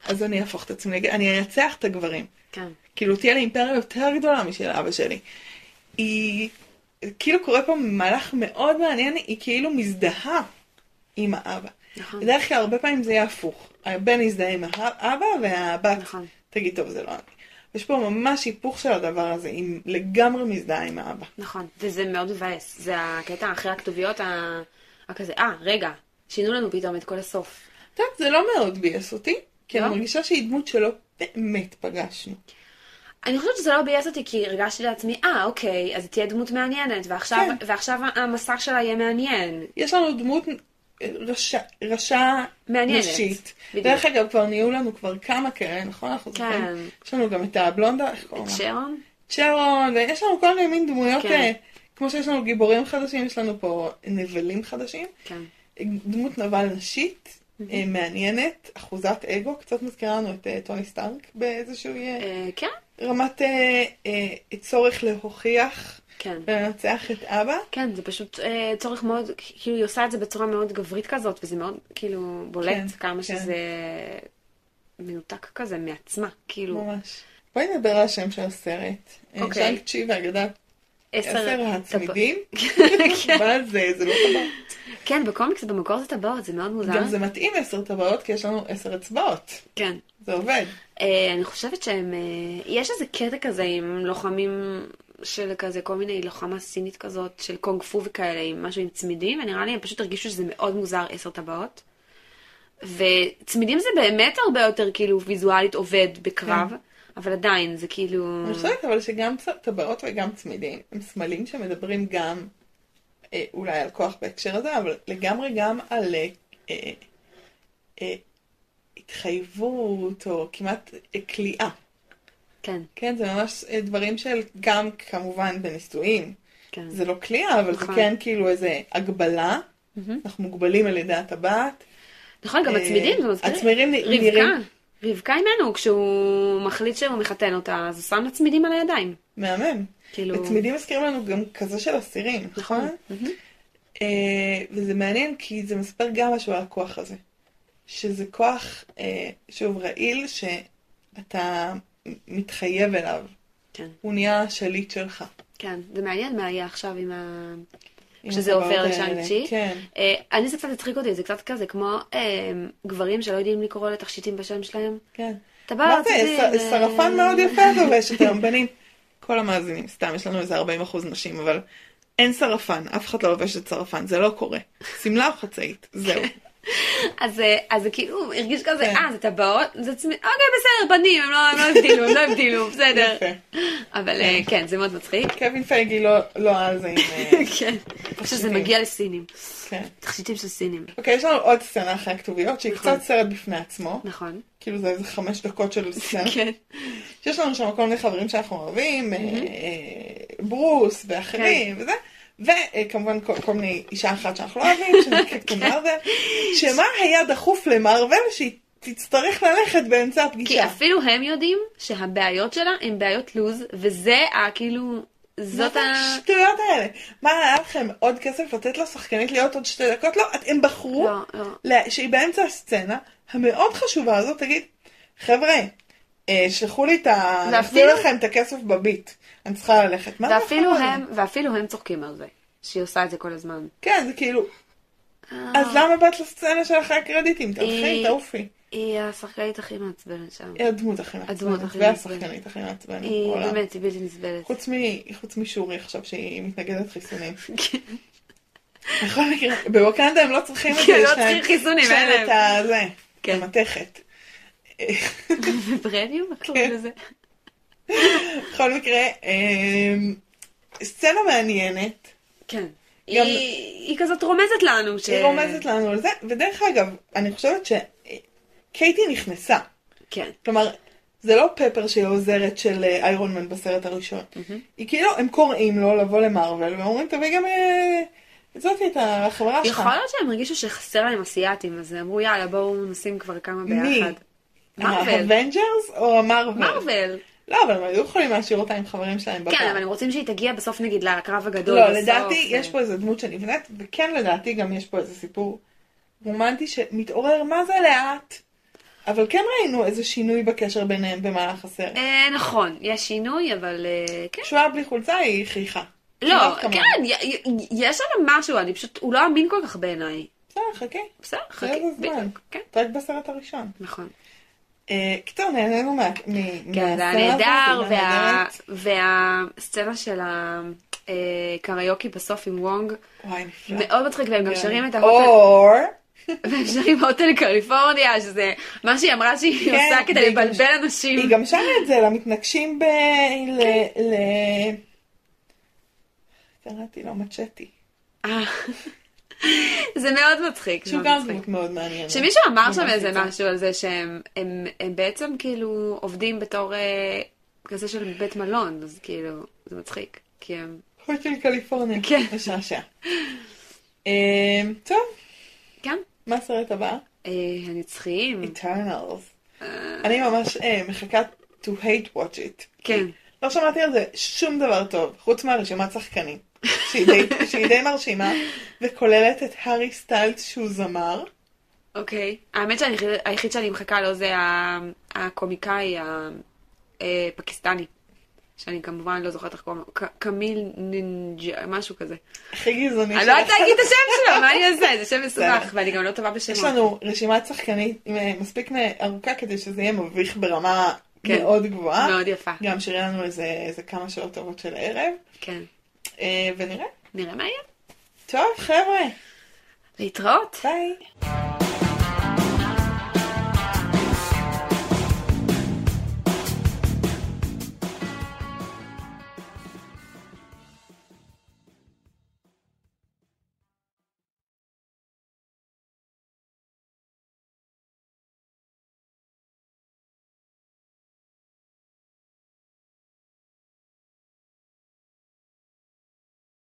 [SPEAKER 1] אז אני אהפוך את עצמי, לגבר, אני אנצח את הגברים.
[SPEAKER 2] כן.
[SPEAKER 1] כאילו תהיה לי אימפריה יותר גדולה משל אבא שלי. היא, כאילו קורה פה מהלך מאוד מעניין, היא כאילו מזדהה עם האבא.
[SPEAKER 2] נכון.
[SPEAKER 1] בדרך כלל הרבה פעמים זה יהיה הפוך. הבן יזדהה עם האבא והבת
[SPEAKER 2] נכון.
[SPEAKER 1] תגיד, טוב, זה לא אני. יש פה ממש היפוך של הדבר הזה, היא לגמרי מזדהה עם האבא.
[SPEAKER 2] נכון, וזה מאוד מבאס. זה הקטע אחרי הכתוביות ה- הכזה, אה, רגע, שינו לנו פתאום את כל הסוף.
[SPEAKER 1] את יודעת, זה לא מאוד ביאס אותי, כי אני
[SPEAKER 2] לא?
[SPEAKER 1] מרגישה שהיא דמות שלא באמת פגשנו.
[SPEAKER 2] אני חושבת שזה לא ביאס אותי, כי הרגשתי לעצמי, אה, אוקיי, אז היא תהיה דמות מעניינת, ועכשיו,
[SPEAKER 1] כן.
[SPEAKER 2] ועכשיו המסע שלה יהיה מעניין.
[SPEAKER 1] יש לנו דמות רשע, רשע
[SPEAKER 2] מעניינת.
[SPEAKER 1] נשית.
[SPEAKER 2] בדיוק.
[SPEAKER 1] דרך אגב, כבר נהיו לנו כבר כמה כאלה, נכון? אנחנו
[SPEAKER 2] כן.
[SPEAKER 1] זוכרים. יש לנו גם את הבלונדה, איך קוראים
[SPEAKER 2] את
[SPEAKER 1] לה?
[SPEAKER 2] שרון?
[SPEAKER 1] שרון, ויש לנו כל מיני מין דמויות,
[SPEAKER 2] כן.
[SPEAKER 1] אה, כמו שיש לנו גיבורים חדשים, יש לנו פה נבלים חדשים.
[SPEAKER 2] כן.
[SPEAKER 1] דמות נבל נשית, אה, מעניינת, אחוזת אגו, קצת מזכירה לנו את אה, טוני סטארק באיזשהו אה,
[SPEAKER 2] אה, כן,
[SPEAKER 1] רמת אה, אה, צורך להוכיח
[SPEAKER 2] כן.
[SPEAKER 1] ולנצח את אבא.
[SPEAKER 2] כן, זה פשוט אה, צורך מאוד, כאילו היא עושה את זה בצורה מאוד גברית כזאת, וזה מאוד כאילו בולט
[SPEAKER 1] כן,
[SPEAKER 2] כמה
[SPEAKER 1] כן.
[SPEAKER 2] שזה מנותק כזה מעצמה, כאילו.
[SPEAKER 1] ממש. בואי נדבר על השם של הסרט. אה,
[SPEAKER 2] אוקיי.
[SPEAKER 1] ז'אנג צ'י והגדה עשר הצמידים,
[SPEAKER 2] כן.
[SPEAKER 1] אבל זה זה לא טבעות.
[SPEAKER 2] כן, בקומיקס במקור זה טבעות, זה אה? מאוד מוזר.
[SPEAKER 1] גם זה מתאים עשר טבעות, כי יש לנו עשר אצבעות.
[SPEAKER 2] כן.
[SPEAKER 1] זה עובד.
[SPEAKER 2] אה, אני חושבת שהם... אה, יש איזה קטע כזה עם לוחמים של כזה כל מיני לוחמה סינית כזאת, של קונג פו וכאלה, עם משהו עם צמידים, ונראה לי הם פשוט הרגישו שזה מאוד מוזר עשר טבעות. וצמידים זה באמת הרבה יותר כאילו ויזואלית עובד בקרב,
[SPEAKER 1] כן.
[SPEAKER 2] אבל עדיין זה כאילו...
[SPEAKER 1] אני חושבת אבל שגם צ- טבעות וגם צמידים הם סמלים שמדברים גם אה, אולי על כוח בהקשר הזה, אבל לגמרי גם על אה, אה, אה, התחייבות או כמעט אה, כליאה.
[SPEAKER 2] כן,
[SPEAKER 1] כן, זה ממש אה, דברים של גם כמובן בנישואים.
[SPEAKER 2] כן.
[SPEAKER 1] זה לא כליאה, אבל זה
[SPEAKER 2] נכון.
[SPEAKER 1] כן כאילו איזה הגבלה. אנחנו מוגבלים על ידי הטבעת.
[SPEAKER 2] נכון, גם
[SPEAKER 1] אה,
[SPEAKER 2] הצמידים, זה מזכיר...
[SPEAKER 1] הצמידים נ-
[SPEAKER 2] רבקה.
[SPEAKER 1] נראים-
[SPEAKER 2] רבקה אימנו, כשהוא מחליט שהוא מחתן אותה, אז הוא שם לה צמידים על הידיים.
[SPEAKER 1] מהמם.
[SPEAKER 2] כאילו-
[SPEAKER 1] הצמידים מזכירים לנו גם כזה של אסירים, נכון? אה, וזה מעניין כי זה מספר גם משהו על הכוח הזה. שזה כוח, אה, שוב, רעיל, שאתה מתחייב אליו.
[SPEAKER 2] כן.
[SPEAKER 1] הוא נהיה השליט שלך.
[SPEAKER 2] כן, זה מעניין מה יהיה עכשיו עם ה...
[SPEAKER 1] עם
[SPEAKER 2] כשזה
[SPEAKER 1] הטבעות
[SPEAKER 2] עובר
[SPEAKER 1] האלה.
[SPEAKER 2] לשאנג צ'י.
[SPEAKER 1] כן.
[SPEAKER 2] אה, אני זה קצת הצחיק אותי, זה קצת כזה כמו אה, גברים שלא יודעים לקרוא לתכשיטים בשם שלהם.
[SPEAKER 1] כן.
[SPEAKER 2] אתה בא
[SPEAKER 1] מה זה,
[SPEAKER 2] רציתי,
[SPEAKER 1] ש-
[SPEAKER 2] אה,
[SPEAKER 1] שרפן מאוד יפה לובש את היום, בנים. כל המאזינים, סתם, יש לנו איזה 40 אחוז נשים, אבל אין שרפן, אף אחד לא לובש את שרפן, זה לא קורה. שמלה או חצאית, זהו.
[SPEAKER 2] אז אה, אז זה כאילו, הרגיש כזה,
[SPEAKER 1] כן.
[SPEAKER 2] אה, זה טבעות? זה עצמי, אוקיי, בסדר, בנים, הם לא הם לא הבדילו, הם לא הבדילו, בסדר.
[SPEAKER 1] יפה.
[SPEAKER 2] אבל אה, כן, זה מאוד מצחיק.
[SPEAKER 1] קווין פייגי לא- לא על זה עם... אה,
[SPEAKER 2] כן. אני חושבת שזה מגיע לסינים.
[SPEAKER 1] כן.
[SPEAKER 2] תכשיטים של סינים.
[SPEAKER 1] אוקיי, יש לנו עוד סצנה אחרי הכתוביות, שהיא
[SPEAKER 2] נכון.
[SPEAKER 1] קצת סרט בפני עצמו.
[SPEAKER 2] נכון.
[SPEAKER 1] כאילו זה איזה חמש דקות של סצנה.
[SPEAKER 2] כן.
[SPEAKER 1] שיש לנו שם כל מיני חברים שאנחנו אוהבים, אה, אה, ברוס
[SPEAKER 2] כן.
[SPEAKER 1] ואחרים וזה. וכמובן כל, כל מיני אישה אחת שאנחנו לא אוהבים, שזה
[SPEAKER 2] כן.
[SPEAKER 1] קפטן מרוויל, שמה היה דחוף למרוויל שהיא תצטרך ללכת באמצע
[SPEAKER 2] כי
[SPEAKER 1] הפגישה.
[SPEAKER 2] אפילו הם יודעים שהבעיות שלה הן בעיות לוז, וזה ה- כאילו, זאת
[SPEAKER 1] מה זה
[SPEAKER 2] ה...
[SPEAKER 1] השטויות האלה. מה, היה לכם עוד כסף לתת לשחקנית להיות עוד שתי דקות? לא, את- הם בחרו
[SPEAKER 2] לא, לא.
[SPEAKER 1] לה- שהיא באמצע הסצנה המאוד חשובה הזאת, תגיד, חבר'ה, אה, שלחו לי את ה...
[SPEAKER 2] ואפילו-
[SPEAKER 1] נפלו לכם את הכסף בביט, אני צריכה ללכת. מה זה
[SPEAKER 2] ואפילו
[SPEAKER 1] הדבר הזה?
[SPEAKER 2] הם, ואפילו הם צוחקים על זה, שהיא עושה את זה כל הזמן.
[SPEAKER 1] כן, זה כאילו, אז למה באת לסצנה של אחרי הקרדיטים? תלכי,
[SPEAKER 2] אה. היא-
[SPEAKER 1] תעופי.
[SPEAKER 2] היא השחקנית הכי מעצבנת שם.
[SPEAKER 1] היא הדמות הכי מעצבנת.
[SPEAKER 2] הדמות הכי
[SPEAKER 1] והשחקנית הכי מעצבנת.
[SPEAKER 2] היא
[SPEAKER 1] בעולם.
[SPEAKER 2] באמת, היא בלתי נסבלת.
[SPEAKER 1] אה, חוץ מ- חוץ משורי עכשיו שהיא מתנגדת חיסונים. בכל מקרה, בווקנדה הם לא צריכים את זה.
[SPEAKER 2] כן, לא
[SPEAKER 1] יש להם-
[SPEAKER 2] צריכים חיסונים,
[SPEAKER 1] יש להם
[SPEAKER 2] אין
[SPEAKER 1] את הזה, את
[SPEAKER 2] כן.
[SPEAKER 1] המתכת.
[SPEAKER 2] וברניום? איך קוראים לזה?
[SPEAKER 1] בכל מקרה, אמ, סצנה מעניינת.
[SPEAKER 2] כן.
[SPEAKER 1] גם-
[SPEAKER 2] היא היא כזאת רומזת לנו. ש-
[SPEAKER 1] היא רומזת לנו על זה, ודרך אגב, אני חושבת שקייטי נכנסה.
[SPEAKER 2] כן.
[SPEAKER 1] כלומר, זה לא פפר שהיא העוזרת של אה, איירון מן בסרט הראשון. היא כאילו, הם קוראים לו לבוא למרוויל, ואומרים, תביא גם אה, את זאתי, את החברה שלך.
[SPEAKER 2] יכול להיות שהם הרגישו שחסר להם אסיאתים, אז הם אמרו יאללה בואו נשים כבר כמה
[SPEAKER 1] מי?
[SPEAKER 2] ביחד. מרוויל.
[SPEAKER 1] האבנג'רס או המרוויל?
[SPEAKER 2] מרוויל.
[SPEAKER 1] לא, אבל הם היו יכולים להשאיר אותה עם חברים שלהם בבית.
[SPEAKER 2] כן, אבל הם רוצים שהיא תגיע בסוף נגיד לקרב הגדול.
[SPEAKER 1] אוקיי. לא,
[SPEAKER 2] בסוף,
[SPEAKER 1] לדעתי
[SPEAKER 2] אה,
[SPEAKER 1] יש פה איזה דמות שנבנית, וכן לדעתי גם יש פה איזה סיפור רומנטי שמתעורר מה זה לאט. אבל כן ראינו איזה שינוי בקשר ביניהם במהלך הסרט.
[SPEAKER 2] אה, נכון, יש שינוי, אבל אה, כן.
[SPEAKER 1] שואה בלי חולצה היא חיכה.
[SPEAKER 2] לא,
[SPEAKER 1] כמעט כמונו.
[SPEAKER 2] כן, י- י- יש שם משהו, אני פשוט, הוא לא אמין כל כך בעיניי.
[SPEAKER 1] בסדר, חכה.
[SPEAKER 2] בסדר, חכי.
[SPEAKER 1] זה הזמן.
[SPEAKER 2] בדיוק, כן,
[SPEAKER 1] רק בסרט הראשון.
[SPEAKER 2] נכון.
[SPEAKER 1] אה, קיצור, נהנינו מה- מ-
[SPEAKER 2] כן, זה
[SPEAKER 1] מהסצנה
[SPEAKER 2] היה
[SPEAKER 1] הזאת,
[SPEAKER 2] נהדר,
[SPEAKER 1] היא
[SPEAKER 2] וה-
[SPEAKER 1] נהדרת.
[SPEAKER 2] והסצנה של הקריוקי בסוף עם וונג,
[SPEAKER 1] וואי, נפלא.
[SPEAKER 2] מאוד מצחיק, והם אוקיי, גם שרים את ההוטל,
[SPEAKER 1] כן. או...
[SPEAKER 2] והם שרים הוטל קליפורניה, שזה מה שהיא אמרה שהיא
[SPEAKER 1] כן,
[SPEAKER 2] עושה כדי
[SPEAKER 1] והיא גם-
[SPEAKER 2] לבלבל אנשים.
[SPEAKER 1] היא גם שרה את זה למתנגשים ב... ל... ל...
[SPEAKER 2] כן.
[SPEAKER 1] קראתי לו מצ'טי.
[SPEAKER 2] אה. זה מאוד מצחיק. זה
[SPEAKER 1] שהוא
[SPEAKER 2] מאוד
[SPEAKER 1] גם
[SPEAKER 2] לא מצחיק.
[SPEAKER 1] דמות מאוד מעניינת.
[SPEAKER 2] שמישהו אמר שם
[SPEAKER 1] ממש
[SPEAKER 2] איזה
[SPEAKER 1] מצחיק.
[SPEAKER 2] משהו על זה שהם הם, הם בעצם כאילו עובדים בתור אה, כזה של בית מלון, אז כאילו, זה מצחיק. כי הם...
[SPEAKER 1] חוץ של קליפורניה.
[SPEAKER 2] כן.
[SPEAKER 1] משעשע. אה, טוב,
[SPEAKER 2] כן,
[SPEAKER 1] מה הסרט הבא?
[SPEAKER 2] אה, הנצחיים.
[SPEAKER 1] Eternals. אני ממש אה, מחכה to hate watch it.
[SPEAKER 2] כן.
[SPEAKER 1] לא שמעתי על זה שום דבר טוב, חוץ מהרשימת שחקנים, שהיא די, שהיא די מרשימה, וכוללת את הארי סטיילס שהוא זמר.
[SPEAKER 2] אוקיי. האמת שהיחיד שאני מחכה לו זה ה- הקומיקאי הפקיסטני. שאני כמובן לא זוכרת איך קוראים לו, ק- קמיל נינג'ה, משהו כזה.
[SPEAKER 1] הכי גזעני
[SPEAKER 2] אני לא יודעת
[SPEAKER 1] שלך.
[SPEAKER 2] להגיד את השם שלו, מה אני עושה? זה שם מסובך,
[SPEAKER 1] בסדר.
[SPEAKER 2] ואני גם לא טובה בשמות.
[SPEAKER 1] יש לנו רשימת שחקנים אה, מספיק ארוכה כדי שזה יהיה מביך ברמה
[SPEAKER 2] כן.
[SPEAKER 1] מאוד גבוהה.
[SPEAKER 2] מאוד יפה,
[SPEAKER 1] גם שיהיה לנו איזה, איזה כמה שעות טובות של ערב,
[SPEAKER 2] כן.
[SPEAKER 1] אה, ונראה.
[SPEAKER 2] נראה מה יהיה.
[SPEAKER 1] טוב, חבר'ה,
[SPEAKER 2] להתראות.
[SPEAKER 1] ביי.